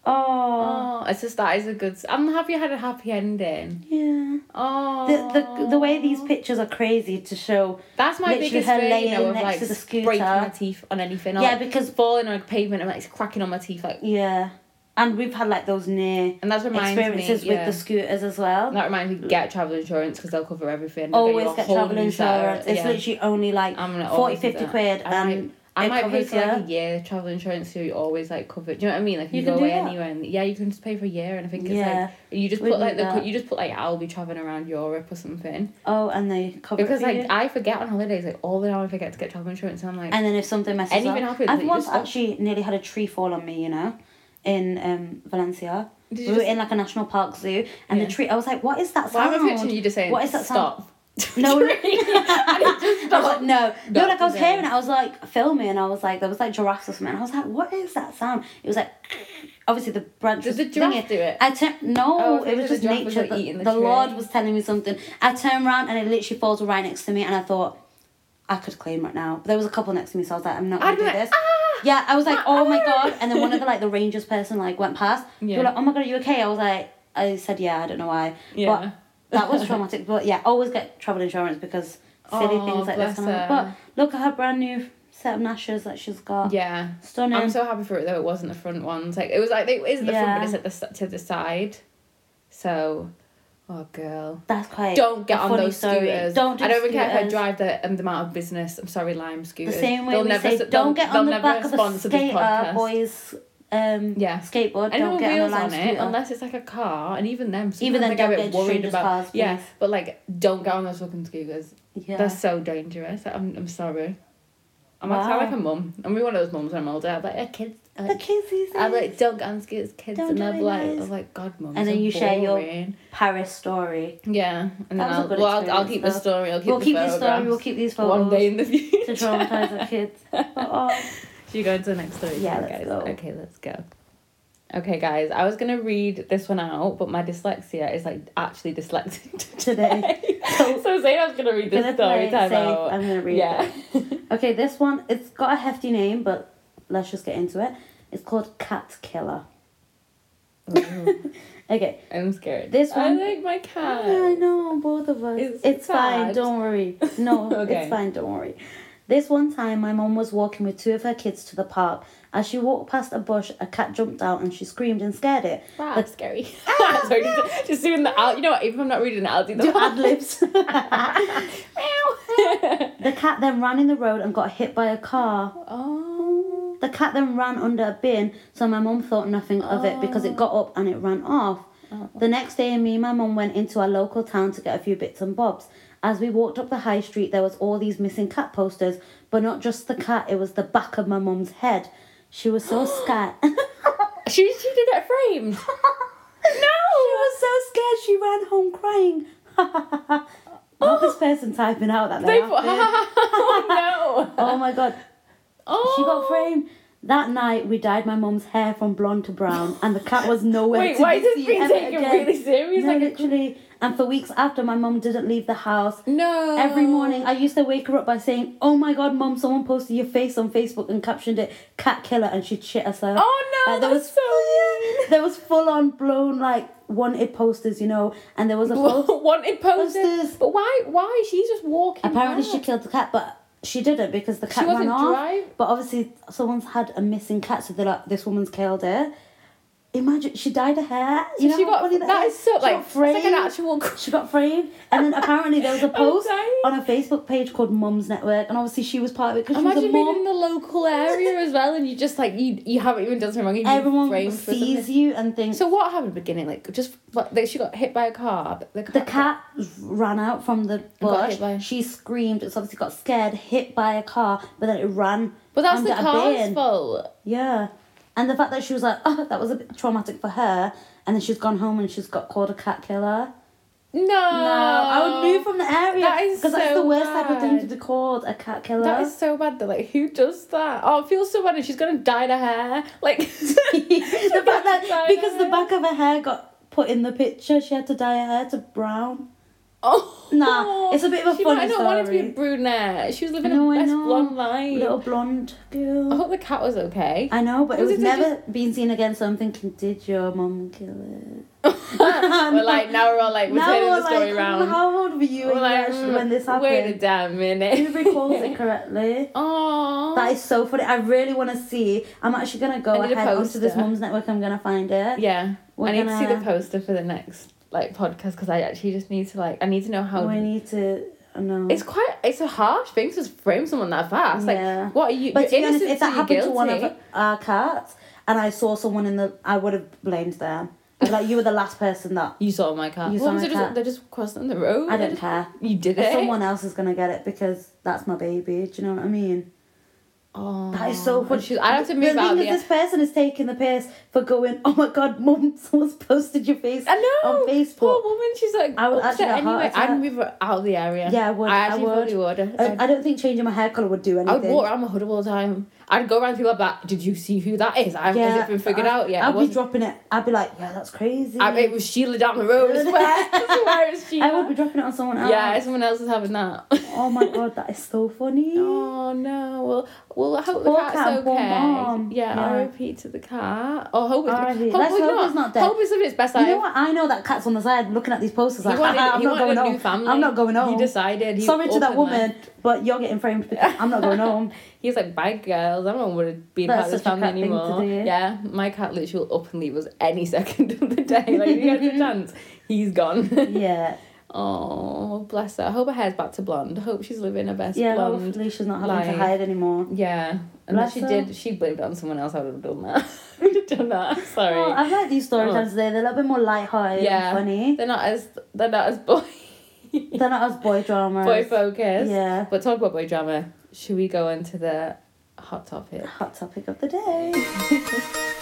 B: Oh.
A: Oh, it's just that is a good. s- I'm happy you had a happy ending.
B: Yeah.
A: Oh,
B: The, the, the way these pictures are crazy to show.
A: That's my
B: literally
A: biggest
B: her
A: fear, you
B: laying
A: know, of
B: next
A: like
B: to the scooter.
A: breaking my teeth on anything. Or,
B: Yeah,
A: like,
B: because-
A: falling on a pavement and like it's cracking on my teeth, like.
B: Yeah. And we've had like those near
A: And that reminds me.
B: experiences with
A: yeah.
B: the scooters as well.
A: That reminds me, get travel insurance because they'll cover everything. They'll you
B: always
A: a
B: get
A: whole
B: travel
A: new set of-
B: insurance. It's
A: yeah.
B: literally only like
A: I'm gonna
B: 40,
A: always do
B: 50
A: that.
B: quid.
A: I
B: And
A: might, I
B: it
A: might pay
B: covers
A: for like
B: you.
A: a year travel insurance so you always like covered. Do you know what I mean? Like you,
B: You
A: go
B: can do
A: away
B: that.
A: anywhere and yeah, you can just pay for a year and I think it's
B: Yeah.
A: like you just
B: We'd
A: put like the
B: do
A: co-
B: that.
A: you just put like I'll be traveling around Europe or something
B: oh, and they cover
A: because
B: it for
A: like
B: you.
A: I forget on holidays like all the time I forget to get travel insurance and I'm like
B: and then if something messes
A: anything
B: up,
A: happens,
B: I've
A: like, you
B: once
A: just stop.
B: actually nearly had a tree fall on me. You know, in um Valencia,
A: Did you
B: we were
A: just-
B: in like a national park zoo, and
A: Yeah.
B: the tree. I was like, "What is that
A: why
B: sound?"
A: am I picturing you just saying
B: What is that sound?
A: stop?
B: No,
A: Sorry. And it just
B: I was like,
A: stopped.
B: no, no,
A: Not
B: like I was
A: today.
B: hearing it. I was like filming, and I was like, there was like giraffes or something. And I was like, what is that sound? It was like, obviously the branch.
A: Did
B: was
A: the giraffe
B: thingy.
A: do it?
B: I turned
A: Oh, I
B: no,
A: thought
B: it
A: the
B: was just
A: giraffe
B: nature.
A: was, like,
B: the
A: eating the
B: the Lord
A: tree.
B: was telling me something. I turned around and it literally falls right next to me, and I thought. I could claim right now. There was a couple next to me, so I was like, I'm not gonna
A: I'd be
B: do
A: like,
B: this.
A: "Ah!"
B: yeah, I was like,
A: My
B: oh my
A: arm!"
B: god! And then one of the like the Rangers person like went past. They
A: Yeah.
B: were like, oh my god, are you okay? I was like, I said yeah, I don't know why.
A: Yeah.
B: But that was traumatic. But yeah, always get travel insurance because silly
A: Oh,
B: things like
A: bless
B: this. Kind of,
A: her.
B: but look at her brand new set of gnashes that she's got.
A: yeah.
B: Stunning.
A: I'm so happy for it though. It wasn't the front ones. Like it was like it is the front,
B: Yeah.
A: but it's at the s- to the side. So, oh girl,
B: That's quite.
A: don't get
B: a
A: on
B: funny
A: those
B: story.
A: scooters.
B: Don't do
A: I don't even care if I
B: scooters.
A: drive the um, the amount of business. I'm sorry, Lime
B: The
A: scooters.
B: same way
A: uh, They'll
B: we
A: never
B: say,
A: s- they'll-
B: don't get
A: they'll
B: on the
A: never
B: back of a
A: sponsor this
B: skater
A: podcast.
B: boy's um,
A: Yeah.
B: skateboard.
A: I know
B: Don't get on
A: wheels
B: a lime
A: on it
B: scooter.
A: unless it's like a car, and even them.
B: Even then,
A: sometimes I
B: don't
A: a bit
B: get strangers' cars,
A: yeah,
B: please.
A: but like, don't get on those fucking scooters.
B: yeah.
A: They're so dangerous. I'm, I'm sorry. I'm
B: Wow.
A: like, I'm like a mum. I'm one of those mums when I'm older. I'm like, yeah, kids. I
B: the
A: like,
B: kids these
A: I
B: days.
A: like don't get on scooters, kids,
B: Don't
A: and
B: do
A: they're
B: it,
A: like, I
B: guys.
A: was like, God, mum.
B: And
A: so
B: then you share your-
A: boring."
B: Paris story.
A: Yeah, and then
B: That was a
A: I'll,
B: good
A: well, I'll, I'll
B: experience,
A: keep
B: though.
A: the story. I'll keep
B: we'll
A: the
B: keep this story.
A: photographs
B: We'll keep these photos.
A: one day in the
B: to
A: future.
B: traumatize our kids. But, oh,
A: Should you go into the next story?
B: Yeah,
A: guys?
B: let's go.
A: Okay, let's go. Okay, guys, I was gonna read this one out, but my dyslexia is like actually dyslexic today.
B: So-
A: so Zayn, I was gonna read this
B: gonna play
A: story
B: it
A: time
B: safe.
A: out.
B: I'm gonna read
A: yeah.
B: it. Okay, this one it's got a hefty name, but let's just get into it. It's called Cat Killer.
A: Mm-hmm.
B: Okay.
A: I'm scared.
B: This one-
A: I like my cat.
B: I know, both of us.
A: It's
B: It's, fine,
A: sad.
B: don't worry. No,
A: Okay.
B: it's fine, don't worry. This one time, my mom was walking with two of her kids to the park. As she walked past a bush, a cat jumped out and she screamed and scared it.
A: Wow,
B: The-
A: scary. Sorry, just, just doing the out. You know what? Even if I'm not reading it, I'll do the
B: Ah, Do ad libs.
A: Meow.
B: The cat then ran in the road and got hit by a car.
A: oh.
B: The cat then ran under a bin, so my mum thought nothing of it because it got up and it ran off. The next day, me and my mum went into our local town to get a few bits and bobs. As we walked up the high street, there was all these missing cat posters, but not just the cat; it was the back of my mum's head. She was so scared.
A: She she did get framed.
B: No! She was so scared she ran home crying. not this person typing out that
A: They
B: they
A: thought,
B: have to.
A: oh no.
B: Oh my god.
A: Oh.
B: She got framed. That night, we dyed my mum's hair from blonde to brown, and the cat was nowhere
A: Wait,
B: to
A: why
B: be
A: does
B: seen
A: being
B: ever
A: taken
B: again.
A: really serious?
B: No,
A: Like a-
B: literally. And for weeks after, my mum didn't leave the house.
A: No.
B: Every morning, I used to wake her up by saying, "Oh my god, mum! Someone posted your face on Facebook and captioned it cat killer," and she'd shit herself.
A: Oh no,
B: Like,
A: that
B: there
A: was
B: was
A: so mean.
B: there was full on blown like wanted posters, you know, and there was a post.
A: Wanted posters.
B: Posters.
A: But why? Why? She's just walking.
B: Apparently, she
A: back.
B: killed the cat, but she didn't because the cat
A: wasn't
B: ran off.
A: drive-
B: But obviously, someone's had a missing cat, so they're like, "This woman's killed her." Imagine she dyed her hair. You know
A: she
B: how
A: got.
B: funny
A: That,
B: that
A: that is so
B: She
A: like.
B: got
A: It's like an
B: framed.
A: actual.
B: She got framed, and then apparently there was a post
A: dying.
B: on a Facebook page called Mums Network, and obviously she was part of it because she was a
A: Imagine being
B: mum.
A: in the local area as well, and you just like you you haven't even done something wrong. and you've been
B: Everyone
A: framed for something.
B: sees you and thinks
A: So what happened at the beginning? Like just what? Like, she got hit by a car. but The car.
B: the cat ran out from the
A: got hit
B: bush.
A: by-
B: She screamed. It's obviously got scared, hit by a car, but then it ran.
A: But that's
B: under
A: the
B: a
A: car's
B: bin.
A: fault.
B: Yeah. And the fact that she was like, oh, that was a bit traumatic for her. And then she's gone home and she's got called a cat killer.
A: No.
B: No, I would move from the
A: That
B: area
A: is
B: because that's
A: so
B: the worst type of thing
A: bad.
B: to be called a cat killer.
A: That is so bad. That like, who does that? Oh, it feels so bad, and she's gonna dye her hair. Like,
B: the back that,
A: Dye
B: because
A: her
B: the
A: hair.
B: back of her hair got put in the picture. She had to dye her hair to brown.
A: oh,
B: Nah, it's a bit of a
A: she
B: funny
A: might not wanted to be a
B: story.
A: brunette. She was living
B: No,
A: a
B: I
A: best
B: know.
A: blonde life.
B: Little blonde
A: I
B: girl.
A: hope the cat was okay.
B: I know, but it
A: Oh. Was
B: was,
A: it
B: never been seen again. So I'm thinking, did your mum kill it?
A: we're like now we're all like we're turning
B: we're
A: the story
B: like,
A: round.
B: How old were you
A: We're
B: when,
A: like,
B: you actually- when this
A: mm, Wait a
B: happened?
A: damn minute.
B: Who recalls it correctly?
A: Oh,
B: That is so funny. I really want to see. I'm actually gonna go
A: I need a
B: ahead onto this
A: poster.
B: mum's network. I'm gonna find it.
A: yeah.
B: We're
A: I need to see the
B: gonna-
A: poster for the next like podcast because I actually just need to like I need to know how.
B: We need to. I know.
A: It's quite it's a harsh thing to just frame someone that fast. Like,
B: Yeah.
A: what are you?
B: But to
A: you're
B: be honest,
A: innocent
B: if that
A: till
B: happened
A: you're
B: to one of
A: guilty.
B: our cats and I saw someone in the, I would have blamed them. I'd be like you were the last person that.
A: you saw my cat.
B: You
A: What
B: saw
A: was
B: my
A: it just-
B: cat.
A: They're just crossing the road.
B: I
A: They're
B: don't
A: just-
B: care.
A: You did
B: If
A: it.
B: someone else is gonna get it because that's my baby. Do you know what I mean?
A: Oh,
B: That is so funny.
A: I have to move
B: the
A: out.
B: thing
A: The
B: is, this person is taking the piss for going. Oh my god, mum, someone's posted your face.
A: I know.
B: on
A: Poor
B: Facebook.
A: woman. She's like
B: I would
A: upset
B: actually have a heart
A: anyway. I'd
B: attack.
A: move her out of the area.
B: Yeah, I would.
A: I
B: I
A: actually
B: would.
A: probably would.
B: I,
A: I'd,
B: I don't think changing my hair color would do
A: I would
B: anything.
A: walk around my hood all the time. I'd go around to people like, did you see who that is? I
B: Yeah,
A: hasn't been figured
B: I-
A: out yet. I
B: I'd be
A: wasn't-
B: dropping it. I'd be like, yeah, that's crazy.
A: I, it was Sheila down the road. I swear, I swear it was
B: I would
A: Sheila.
B: be dropping it on someone else.
A: Yeah, someone else is having that.
B: Oh my god, that is so funny.
A: Oh no! Well, well, I hope the
B: Poor
A: cat's
B: cat and
A: okay.
B: poor mom.
A: Yeah,
B: Yeah.
A: R.I.P. to the cat. Oh, hope it's
B: R.I.P..
A: hope,
B: Let's
A: it's
B: hope
A: not.
B: it's not dead.
A: Hope it's living its best
B: You
A: life.
B: know what? I know that cat's on the side looking at these posters
A: He
B: like,
A: wanted,
B: "Haha, I'm
A: he
B: not
A: wanted
B: going
A: a new
B: home.
A: family.
B: I'm not going home.
A: He decided. He
B: Sorry to that
A: openly-
B: woman, but you're getting framed because I'm not going home.
A: He's like, bye, girls. I don't want to be
B: That's
A: part of this
B: such a
A: family
B: cat thing to
A: anymore.
B: do.
A: Yeah, my cat literally will up and leave us any second of the day. Like, if he has a chance, he's gone.
B: Yeah.
A: oh, bless her. I hope her hair's back to blonde. I hope she's living her best
B: Yeah,
A: blonde.
B: hopefully she's not having
A: life.
B: to hide anymore.
A: Yeah. Unless
B: Bless
A: she
B: her.
A: did, she blamed it on someone else. I would have done that. I would have done that. Sorry.
B: Oh, I like these story times today. They're a little bit more lighthearted
A: Yeah.
B: and funny.
A: They're not as they're not as boy
B: They're not as boy drama.
A: boy focused.
B: Yeah.
A: But talk about boy drama. Should we go into the hot topic?
B: Hot topic of the day.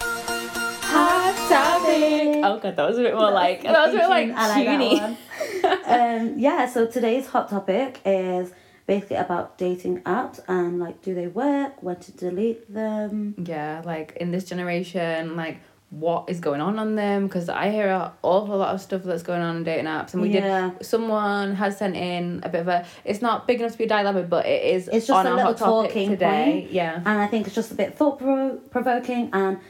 A: Hot topic. Oh god, that was a bit more like that was a bit like
B: I
A: tuny.
B: that one. um, yeah, so today's hot topic is basically about dating apps and like do they work, when to delete them.
A: yeah, like in this generation, like what is going on on them? Because I hear an awful lot of stuff that's going on in dating apps, and we
B: Yeah.
A: did. Someone has sent in a bit of a. It's not big enough to be a dilemma, but it is.
B: It's just
A: on
B: a
A: our
B: little
A: hot topic
B: talking
A: today.
B: point.
A: Yeah.
B: And I think it's just a bit thought provo- provoking and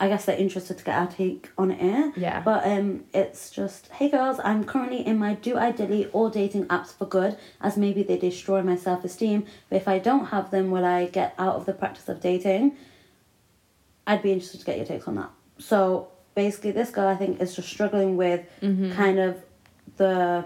B: I guess they're interested to get our take on it.
A: Yeah.
B: But um it's just, hey girls, I'm currently in my do I delete all dating apps for good as maybe they destroy my self esteem, but if I don't have them will I get out of the practice of dating? I'd be interested to get your takes on that. So basically, this girl I think is just struggling with kind of the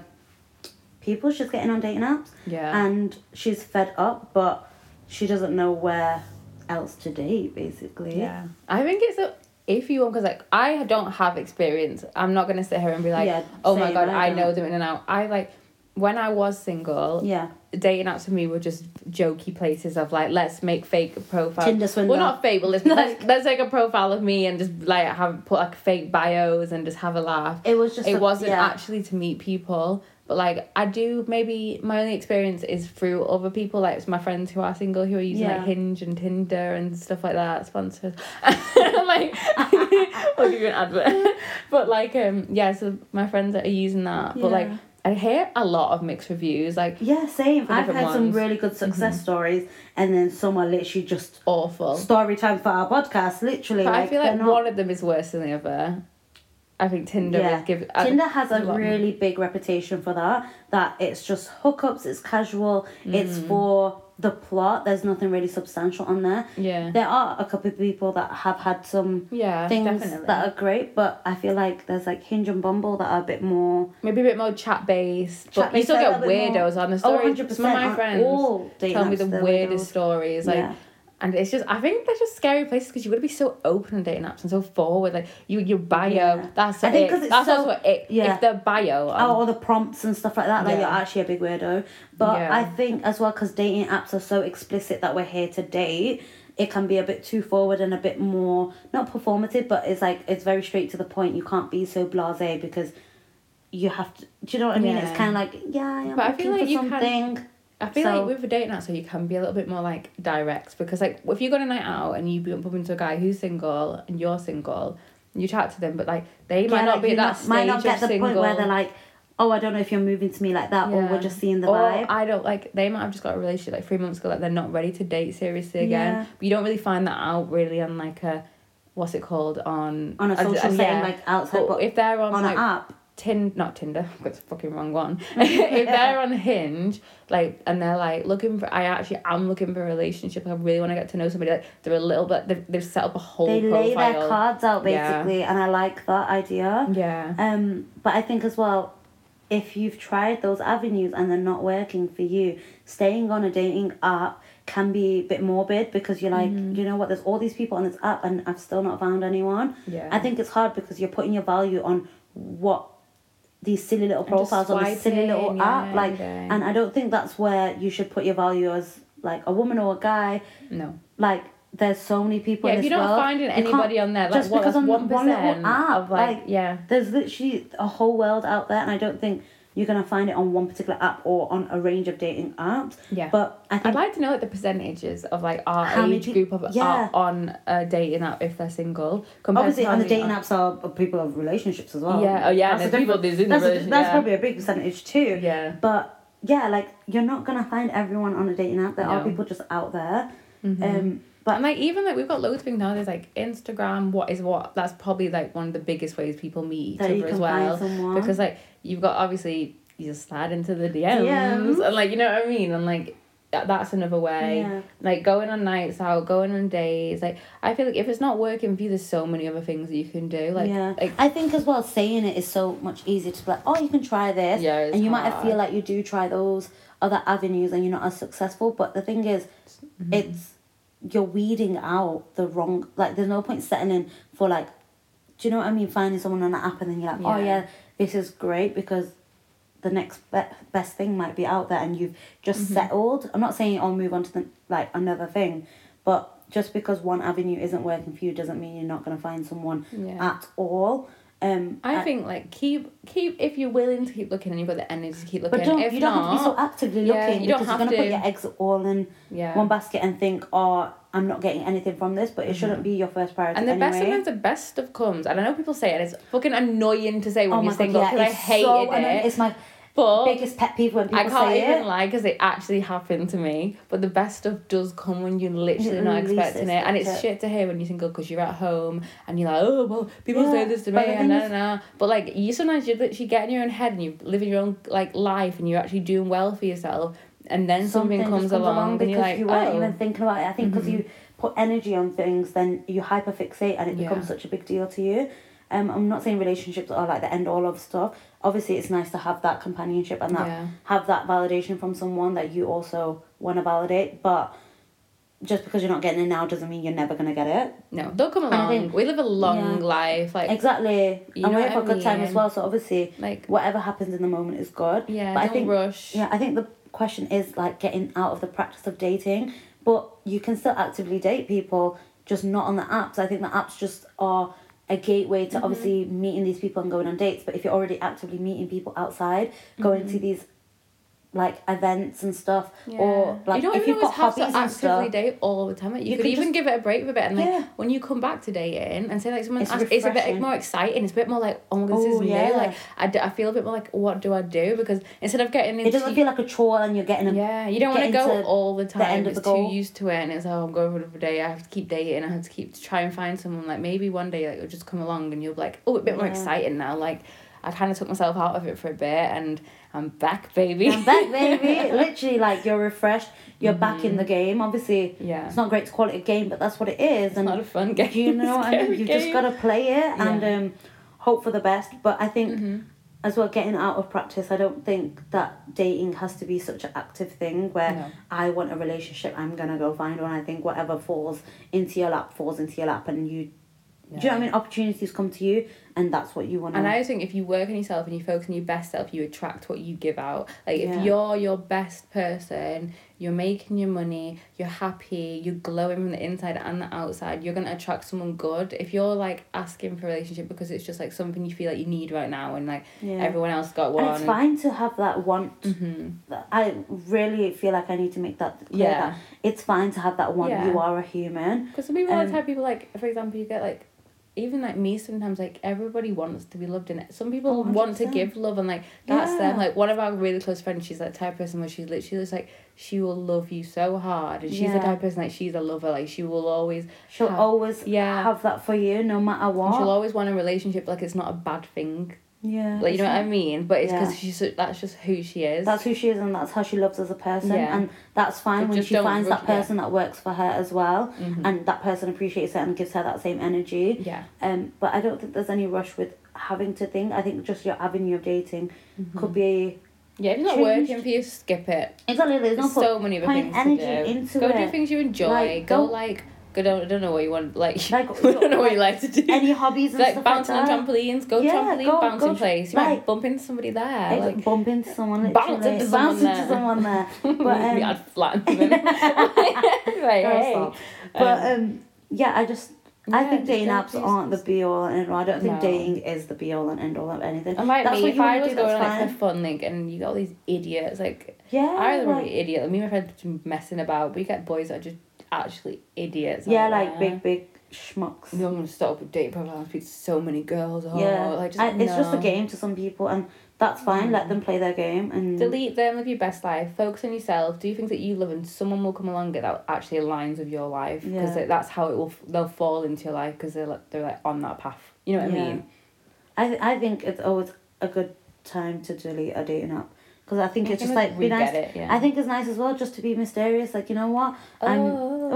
B: people she's getting on dating apps.
A: Yeah.
B: And she's fed up, but she doesn't know where else to date, basically.
A: Yeah. I think it's a iffy one because like I don't have experience. I'm not gonna sit here and be like,
B: Yeah,
A: oh my
B: same,
A: god,
B: I
A: I know
B: don't.
A: them in and out. I like when I was single,
B: Yeah.
A: dating apps for me were just jokey places of like let's make fake profiles.
B: Tinder swindle.
A: Well, not fake, but let's, let's let's make a profile of me and just like have put like fake bios and just have a laugh.
B: It was just
A: it
B: a-
A: wasn't
B: yeah.
A: actually to meet people, but like I do maybe my only experience is through other people. Like it's my friends who are single who are using
B: Yeah.
A: like Hinge and Tinder and stuff like that. Sponsors. I'm like, I'll give you an advert. but like um yeah, so my friends that are using that, but like
B: Yeah.
A: I hear a lot of mixed reviews. Like
B: Yeah, same.
A: For
B: I've
A: different
B: had some
A: ones. Mm-hmm.
B: really good success stories, and then some are literally just
A: awful.
B: story time for our podcast, literally.
A: But I feel
B: they're
A: like
B: not-
A: one of them is worse than the other. I think Tinder
B: Yeah.
A: is give uh,
B: Tinder has a
A: lot-
B: really big reputation for that. That it's just hookups, it's casual, it's
A: Mm.
B: for the plot. There's nothing really substantial on there.
A: Yeah.
B: There are a couple of people that have had some
A: yeah,
B: things
A: definitely.
B: that are great, but I feel like there's like Hinge and Bumble that are a bit more.
A: Maybe a bit more chat based, but
B: Chat
A: you
B: based
A: still
B: a
A: get
B: little bit more-
A: weirdos on the
B: Oh,
A: stories.
B: 100%
A: Some of my
B: on
A: friends
B: all dating
A: tell me
B: apps,
A: the
B: they're
A: weirdest
B: weirdos.
A: stories, like.
B: Yeah.
A: And it's just, I think they're just scary places because you would be so open on dating apps and so forward. Like, you, your bio,
B: Yeah.
A: that's
B: I think
A: it.
B: 'cause it's
A: that's
B: so-
A: also it.
B: yeah.
A: If the bio, on-
B: Oh, all the prompts and stuff like that. Like
A: Yeah.
B: you're actually a big weirdo. But
A: Yeah.
B: I think as well because dating apps are so explicit that we're here to date. It can be a bit too forward and a bit more not performative, but it's like it's very straight to the point. You can't be so blasé because you have to. Do you know what I mean? It's
A: Yeah.
B: kind of like yeah, I'm
A: But I feel
B: looking
A: like
B: for
A: you can-
B: something.
A: I feel
B: So-
A: like with a date night, so you can be a little bit more like direct because like if you go on a night out and you bump into a guy who's single and you're single, you chat to them, but like they might
B: Yeah,
A: not
B: like,
A: be
B: you
A: at that
B: not-
A: stage
B: might not get
A: of
B: the
A: single.
B: point where they're like, oh, I don't know if you're moving to me like that, or
A: Yeah.
B: we're just seeing the
A: or
B: vibe.
A: I don't like they might have just got a relationship like three months ago, like they're not ready to date seriously again.
B: Yeah.
A: But you don't really find that out really on like a what's it called on
B: on a
A: as-
B: social
A: as-
B: setting,
A: yeah.
B: like outside,
A: But
B: but
A: if they're on,
B: on
A: like
B: an app.
A: Tin not Tinder, I've got the fucking wrong one. if they're on Hinge, like and they're like looking for I actually am looking for a relationship, I really want to get to know somebody, like they're a little bit they've, they've set up a whole
B: They lay
A: profile.
B: their cards out
A: Yeah.
B: basically, and I like that idea.
A: Yeah.
B: Um, but I think as well, if you've tried those avenues and they're not working for you, staying on a dating app can be a bit morbid because you're like,
A: Mm-hmm.
B: you know what, there's all these people on this app and I've still not found anyone.
A: Yeah.
B: I think it's hard because you're putting your value on what these silly little
A: And just
B: profiles on this silly little
A: swiping,
B: app.
A: yeah,
B: Like
A: yeah.
B: and I don't think that's where you should put your value as like a woman or a guy.
A: No.
B: Like there's so many people
A: Yeah,
B: in
A: if
B: this
A: you're not
B: world,
A: finding
B: you can't-
A: anybody on there, like
B: just
A: what,
B: because
A: that's
B: on
A: one
B: one little
A: percent
B: app,
A: of like,
B: like,
A: yeah.
B: there's literally a whole world out there and I don't think you're gonna find it on one particular app or on a range of dating apps.
A: Yeah.
B: But I
A: I'd
B: think
A: like to know like the percentages of like our
B: How many
A: age
B: pe-
A: group of
B: yeah.
A: are on a dating app if they're single. Compared
B: obviously
A: to
B: on the
A: how
B: dating
A: many are-
B: apps are are people of relationships as well.
A: Yeah, oh yeah,
B: That's
A: and
B: the
A: there's people that's in the
B: difference. That's a-
A: relationship.
B: that's
A: yeah.
B: probably a big percentage too.
A: Yeah.
B: But yeah, like you're not gonna find everyone on a dating app. There are
A: No.
B: people just out there.
A: Mhm.
B: Um, but
A: And like even like we've got loads of things now. There's like Instagram. What is what? That's probably like one of the biggest ways people meet each
B: that you
A: other
B: can
A: as well.
B: find someone.
A: Because like you've got obviously you just slide into the DMs,
B: DMs.
A: and like you know what I mean. And like that, that's another way.
B: yeah.
A: Like going on nights out, going on days. Like I feel like if it's not working for you, there's so many other things that you can do. Like
B: yeah.
A: like
B: I think as well saying it is so much easier to be like, oh, you can try this,
A: yeah. It's
B: and you might
A: hard.
B: feel like you do try those other avenues and you're not as successful. But the thing is, it's you're weeding out the wrong. Like, there's no point setting in for like, do you know what I mean? Finding someone on an app and then you're like, oh
A: Yeah.
B: yeah, this is great because the next be- best thing might be out there and you've just
A: Mm-hmm.
B: settled. I'm not saying I'll move on to the like another thing, but just because one avenue isn't working for you doesn't mean you're not gonna find someone
A: Yeah.
B: at all. Um,
A: I
B: and-
A: think like keep keep if you're willing to keep looking and you've got the energy to keep looking.
B: but don't
A: if
B: you don't
A: not,
B: have to be so actively
A: yeah,
B: looking
A: you don't
B: because
A: have
B: you're gonna put
A: to.
B: your eggs all in
A: yeah.
B: one basket and think, oh, I'm not getting anything from this, but it shouldn't be your first priority.
A: Mm-hmm. And the
B: anyway.
A: best sometimes the best stuff comes. And I know people say it, and it's fucking annoying to say when
B: oh
A: you're
B: my god,
A: single
B: yeah,
A: because I
B: it's
A: hated
B: so annoying.
A: it.
B: It's my
A: But
B: biggest pet peeve when people
A: I can't
B: say
A: even
B: it.
A: lie because it actually happened to me. But the best stuff does come when you're literally
B: When
A: not
B: you least
A: expecting it, and it's
B: expect
A: shit to hear when you're single because you're at home and you're like, oh well, people
B: Yeah,
A: say this to me
B: but the
A: and
B: thing
A: nah, nah. nah." But like you sometimes you literally get in your own head and you live in your own like life and you're actually doing well for yourself, and then something,
B: just
A: comes, along, and
B: because
A: you're like,
B: you weren't
A: oh. Mm-hmm.
B: even thinking about it. I think because you put energy on things, then you hyperfixate and it
A: Yeah.
B: becomes such a big deal to you. Um, I'm not saying relationships are like the end all of stuff. Obviously, it's nice to have that companionship and that
A: Yeah.
B: have that validation from someone that you also want to validate. But just because you're not getting it now doesn't mean you're never gonna get it.
A: No, they'll come
B: And I
A: along.
B: think-
A: we live a long
B: Yeah.
A: life. Like,
B: Exactly.
A: You
B: and
A: know
B: we
A: what
B: have a
A: I
B: good time as
A: mean?
B: well. So obviously,
A: like
B: whatever happens in the moment is good.
A: yeah,
B: But I
A: don't
B: think
A: rush.
B: Yeah, I think the question is like getting out of the practice of dating, but you can still actively date people, just not on the apps. I think the apps just are a gateway
A: Mm-hmm.
B: to obviously meeting these people and going on dates. But if you're already actively meeting people outside, going to these like events and stuff, or
A: Mm-hmm. Yeah. you
B: like
A: don't
B: if
A: even
B: you've
A: always
B: got
A: have to
B: hobbies
A: actively
B: and stuff,
A: date all the time. You,
B: You
A: could
B: can
A: even
B: just-
A: give it a break for a bit, and like
B: Yeah.
A: when you come back to dating and say like someone
B: It's
A: asks, it's a bit
B: refreshing.
A: more exciting. It's a bit more like oh my god, this
B: Oh,
A: is
B: yeah.
A: new. Like I, d- I feel a bit more like what do I do? Because instead of getting into
B: it doesn't feel like a chore and you're getting a
A: yeah, you don't want to
B: get
A: go
B: into
A: all the time.
B: end of
A: it's
B: the goal.
A: too used to it, and it's oh, I'm going for another day. I have to keep dating. I have to keep try and find someone. Like maybe one day, like it'll just come along, and you'll be like, oh, a bit more
B: Yeah.
A: exciting now. Like I kind of took myself out of it for a bit, and I'm back, baby.
B: I'm back, baby. Literally, like you're refreshed. You're back in the game. Obviously,
A: Mm-hmm. yeah,
B: it's not great to call it a game, but that's what it is.
A: it's
B: And
A: not a fun game.
B: you know what I mean?
A: Scary
B: You've just
A: game.
B: got to play it and
A: Yeah.
B: um, hope for the best. But I think
A: Mhm.
B: as well, getting out of practice, I don't think that dating has to be such an active thing where
A: No.
B: I want a relationship, I'm going to go find one. I think whatever falls into your lap falls into your lap and you, do you know what I mean? Opportunities come to you and that's what you want
A: And I always think if you work on yourself and you focus on your best self, you attract what you give out. Like
B: Yeah.
A: if you're your best person, you're making your money, you're happy, you're glowing from the inside and the outside, you're gonna attract someone good. If you're like asking for a relationship because it's just like something you feel like you need right now and like
B: Yeah.
A: everyone Mm. else got one. Mm-hmm.
B: And it's fine to have that want. That- I really feel like I need to make that clear.
A: Yeah.
B: That it's fine to have that want.
A: Yeah.
B: You are a human.
A: Because some people all
B: Um,
A: the time, people like, for example, you get like, even like me sometimes, like everybody wants to be loved in it. Some people
B: Oh,
A: want to
B: 100%.
A: give love and like that's them.
B: Yeah.
A: Like one of our really close friends, she's that type of person where she's literally just like she will love you so hard, and she's
B: Yeah.
A: the type of person like she's a lover. Like she will always,
B: She'll
A: Have-
B: always
A: yeah.
B: have that for you, no matter
A: and
B: what.
A: she'll always want a relationship. Like it's not a bad thing.
B: yeah.
A: Like you know what I
B: it's-
A: mean. But it's because
B: Yeah.
A: she's so- that's just who she is.
B: That's who she is, and that's how she loves as a person,
A: Yeah.
B: and that's fine
A: So
B: when
A: just
B: she
A: don't
B: finds
A: rush- Mm-hmm.
B: that person that works for her as well, and that person appreciates her and gives her that same energy.
A: yeah.
B: Um, but I don't think there's any rush with having to think. I think just your avenue of dating
A: Mm-hmm.
B: could be
A: Yeah, if it's not
B: Changed.
A: working for you, skip it.
B: exactly. There's no
A: There's
B: point.
A: so many other
B: point
A: things
B: energy
A: to do.
B: into
A: go
B: it.
A: do things you enjoy.
B: Like,
A: go
B: go-
A: like go don't, I don't know what you want like,
B: Like,
A: I don't know what you like to do.
B: any hobbies and
A: like
B: stuff
A: bouncing
B: like that.
A: on trampolines, go
B: Yeah,
A: trampoline
B: go-
A: bouncing
B: go tr-
A: place. You
B: like-
A: might bump into somebody there.
B: Hey,
A: Like
B: look, bump into someone,
A: Bounce
B: literally.
A: into someone
B: bounce into
A: there.
B: someone there.
A: we
B: But um,
A: had flat. right,
B: Girl,
A: hey.
B: stop. but um, yeah, I just I
A: Yeah,
B: think
A: just
B: dating
A: don't
B: apps
A: do
B: aren't the
A: s-
B: be all and end all. I don't think
A: No.
B: dating is the be all and end all of anything.
A: And like
B: That's
A: me,
B: what
A: if
B: you
A: I
B: want
A: was
B: to do.
A: going
B: That's
A: on like
B: fine.
A: a fun thing and you got all these idiots, like
B: yeah,
A: I was
B: like,
A: probably idiot. Me and my friends have been messing about, but you get boys that are just actually idiots.
B: yeah,
A: out
B: like
A: there.
B: big big schmucks.
A: No, I'm gonna start up a dating profile and speak to so many girls. Oh,
B: yeah,
A: like just,
B: I- it's just a
A: no.
B: game to some people, and that's fine. Let them play their game and
A: Delete them, live your best life, focus on yourself, do things that you love, and someone will come along that actually aligns with your life
B: Yeah.
A: because that's how it will. f- They'll fall into your life because they're like they're like on that path. You know what
B: Yeah.
A: I mean?
B: I th- I think it's always a good time to delete a dating app because I think
A: I
B: it's
A: can
B: just like
A: we
B: be nice.
A: get it. Yeah.
B: I think it's nice as well just to be mysterious. Like you know what? I'm
A: oh,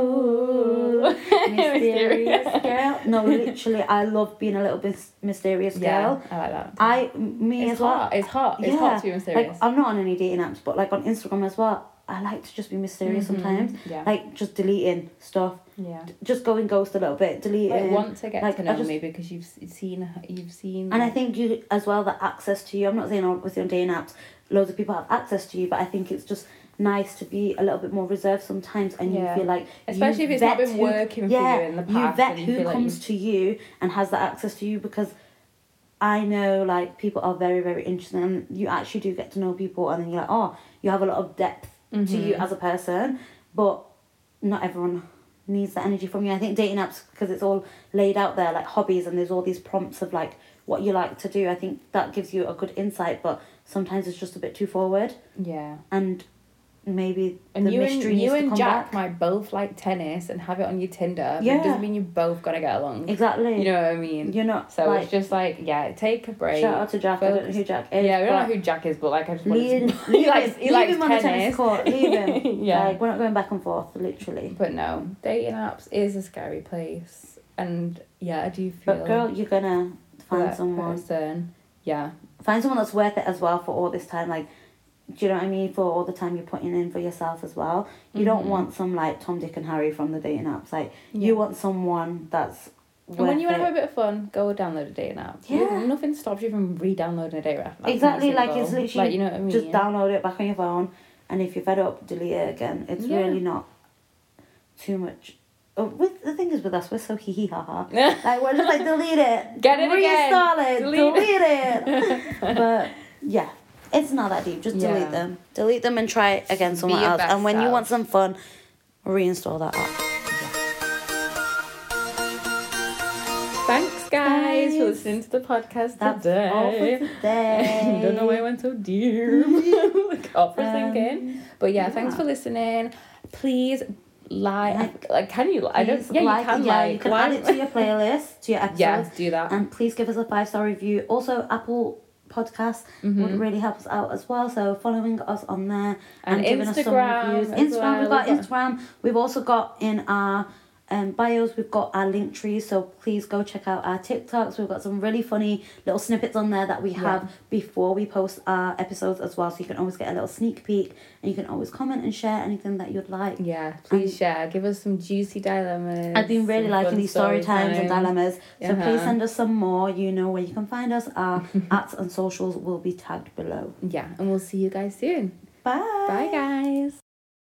B: oh, mysterious girl. No, literally, I love being a little bit mysterious
A: yeah,
B: girl.
A: I like that.
B: I me
A: it's
B: as well.
A: hot. It's hot. It's hot to be mysterious.
B: Like I'm not on any dating apps, but like on Instagram as well. I like to just be mysterious sometimes.
A: Mm-hmm. yeah.
B: Like just deleting stuff,
A: yeah.
B: just going ghost a little bit,
A: Like,
B: deleting.
A: want to get
B: um, like,
A: to
B: I
A: know
B: just-
A: me because you've s- seen you've seen
B: And I think you as well the access to you. I'm not saying all with your dating apps, loads of people have access to you, but I think it's just nice to be a little bit more reserved sometimes, and
A: Yeah.
B: you feel like
A: Especially
B: you
A: if it's not
B: vet
A: been
B: who-
A: working for you in the past
B: vet
A: and you
B: who
A: feel like
B: comes to you and has that access to you because. I know, like people are very, very interesting, and you actually do get to know people, and then you're like, oh, you have a lot of depth to
A: Mm-hmm.
B: you as a person, but not everyone needs that energy from you. I think dating apps because it's all laid out there like hobbies and there's all these prompts of like what you like to do. I think that gives you a good insight, but sometimes it's just a bit too forward
A: yeah.
B: and maybe
A: And
B: the
A: you and
B: mystery needs
A: you
B: to
A: and
B: come
A: Jack
B: back.
A: might both like tennis and have it on your Tinder. But
B: Yeah.
A: it doesn't mean you both gotta get along.
B: exactly.
A: You know what I mean?
B: You're not
A: So
B: like,
A: it's just like yeah, take a break.
B: shout out to Jack. I don't know
A: focus.
B: who Jack is.
A: yeah, we don't
B: but-
A: know who Jack is, but like I just want
B: Leave,
A: to.
B: leave,
A: he likes
B: him,
A: he
B: leave
A: likes
B: him on the tennis
A: tennis.
B: court. Leave him.
A: Yeah.
B: Like we're not going back and forth, literally.
A: But no, dating apps is a scary place, and yeah, I do feel.
B: But girl, you're gonna
A: for
B: find
A: that
B: someone.
A: person. Yeah,
B: Find someone that's worth it as well for all this time. Like, do you know what I mean? For all the time you're putting in for yourself as well. You don't
A: Mhm.
B: want some like Tom, Dick, and Harry from the dating apps. Like,
A: Yeah.
B: you want someone that's worth
A: and when you
B: it.
A: want to have a bit of fun, go download a dating app.
B: Yeah.
A: nothing stops you from re-downloading a dating app. That's
B: Exactly,
A: not
B: like, it's
A: simple.
B: literally
A: like you know what I mean.
B: Just download it back on your phone, and if you're fed up, delete it again. It's
A: Yeah.
B: really not too much. Oh, With the thing is with us, we're so hee hee ha ha. Like we're just like delete it,
A: Get it again.
B: reinstall it, delete,
A: Delete
B: it. but yeah, it's not that deep. Just delete
A: Yeah.
B: them, delete them, and try it again somewhere
A: your
B: else.
A: best
B: And when you
A: self.
B: want some fun, reinstall that app.
A: Thanks, guys, for listening to the podcast
B: That's
A: today.
B: all for today.
A: Don't know why I went so deep. Up for
B: Um,
A: thinking. But yeah, thanks
B: yeah.
A: for listening. Please like, like can you? I don't.
B: Please
A: Yeah,
B: like
A: you can
B: it,
A: like.
B: you can
A: Why-
B: add it to your playlist, to your episodes. Um,
A: yeah, do that.
B: and please give us a five star review. Also, Apple Podcasts would really help us out as well. So following us on there
A: Mm-hmm. And
B: giving us some
A: Instagram
B: reviews.
A: as
B: Instagram,
A: well.
B: we've got
A: We've got-
B: Instagram. We've also got in our um, bios. We've got our link tree, so please go check out our TikToks. We've got some really funny little snippets on there that we have before we post our episodes as well, so you can always get a little sneak peek and you can always comment and share anything that you'd like.
A: Yeah, please
B: And-
A: share. Give us some juicy dilemmas.
B: um, I've been really
A: some
B: liking
A: fun
B: these story times and dilemmas. So please
A: Uh-huh.
B: send us some more. You know where you can find us. Our ads and socials will be tagged below.
A: Yeah, and we'll see you guys soon.
B: Bye.
A: Bye, guys.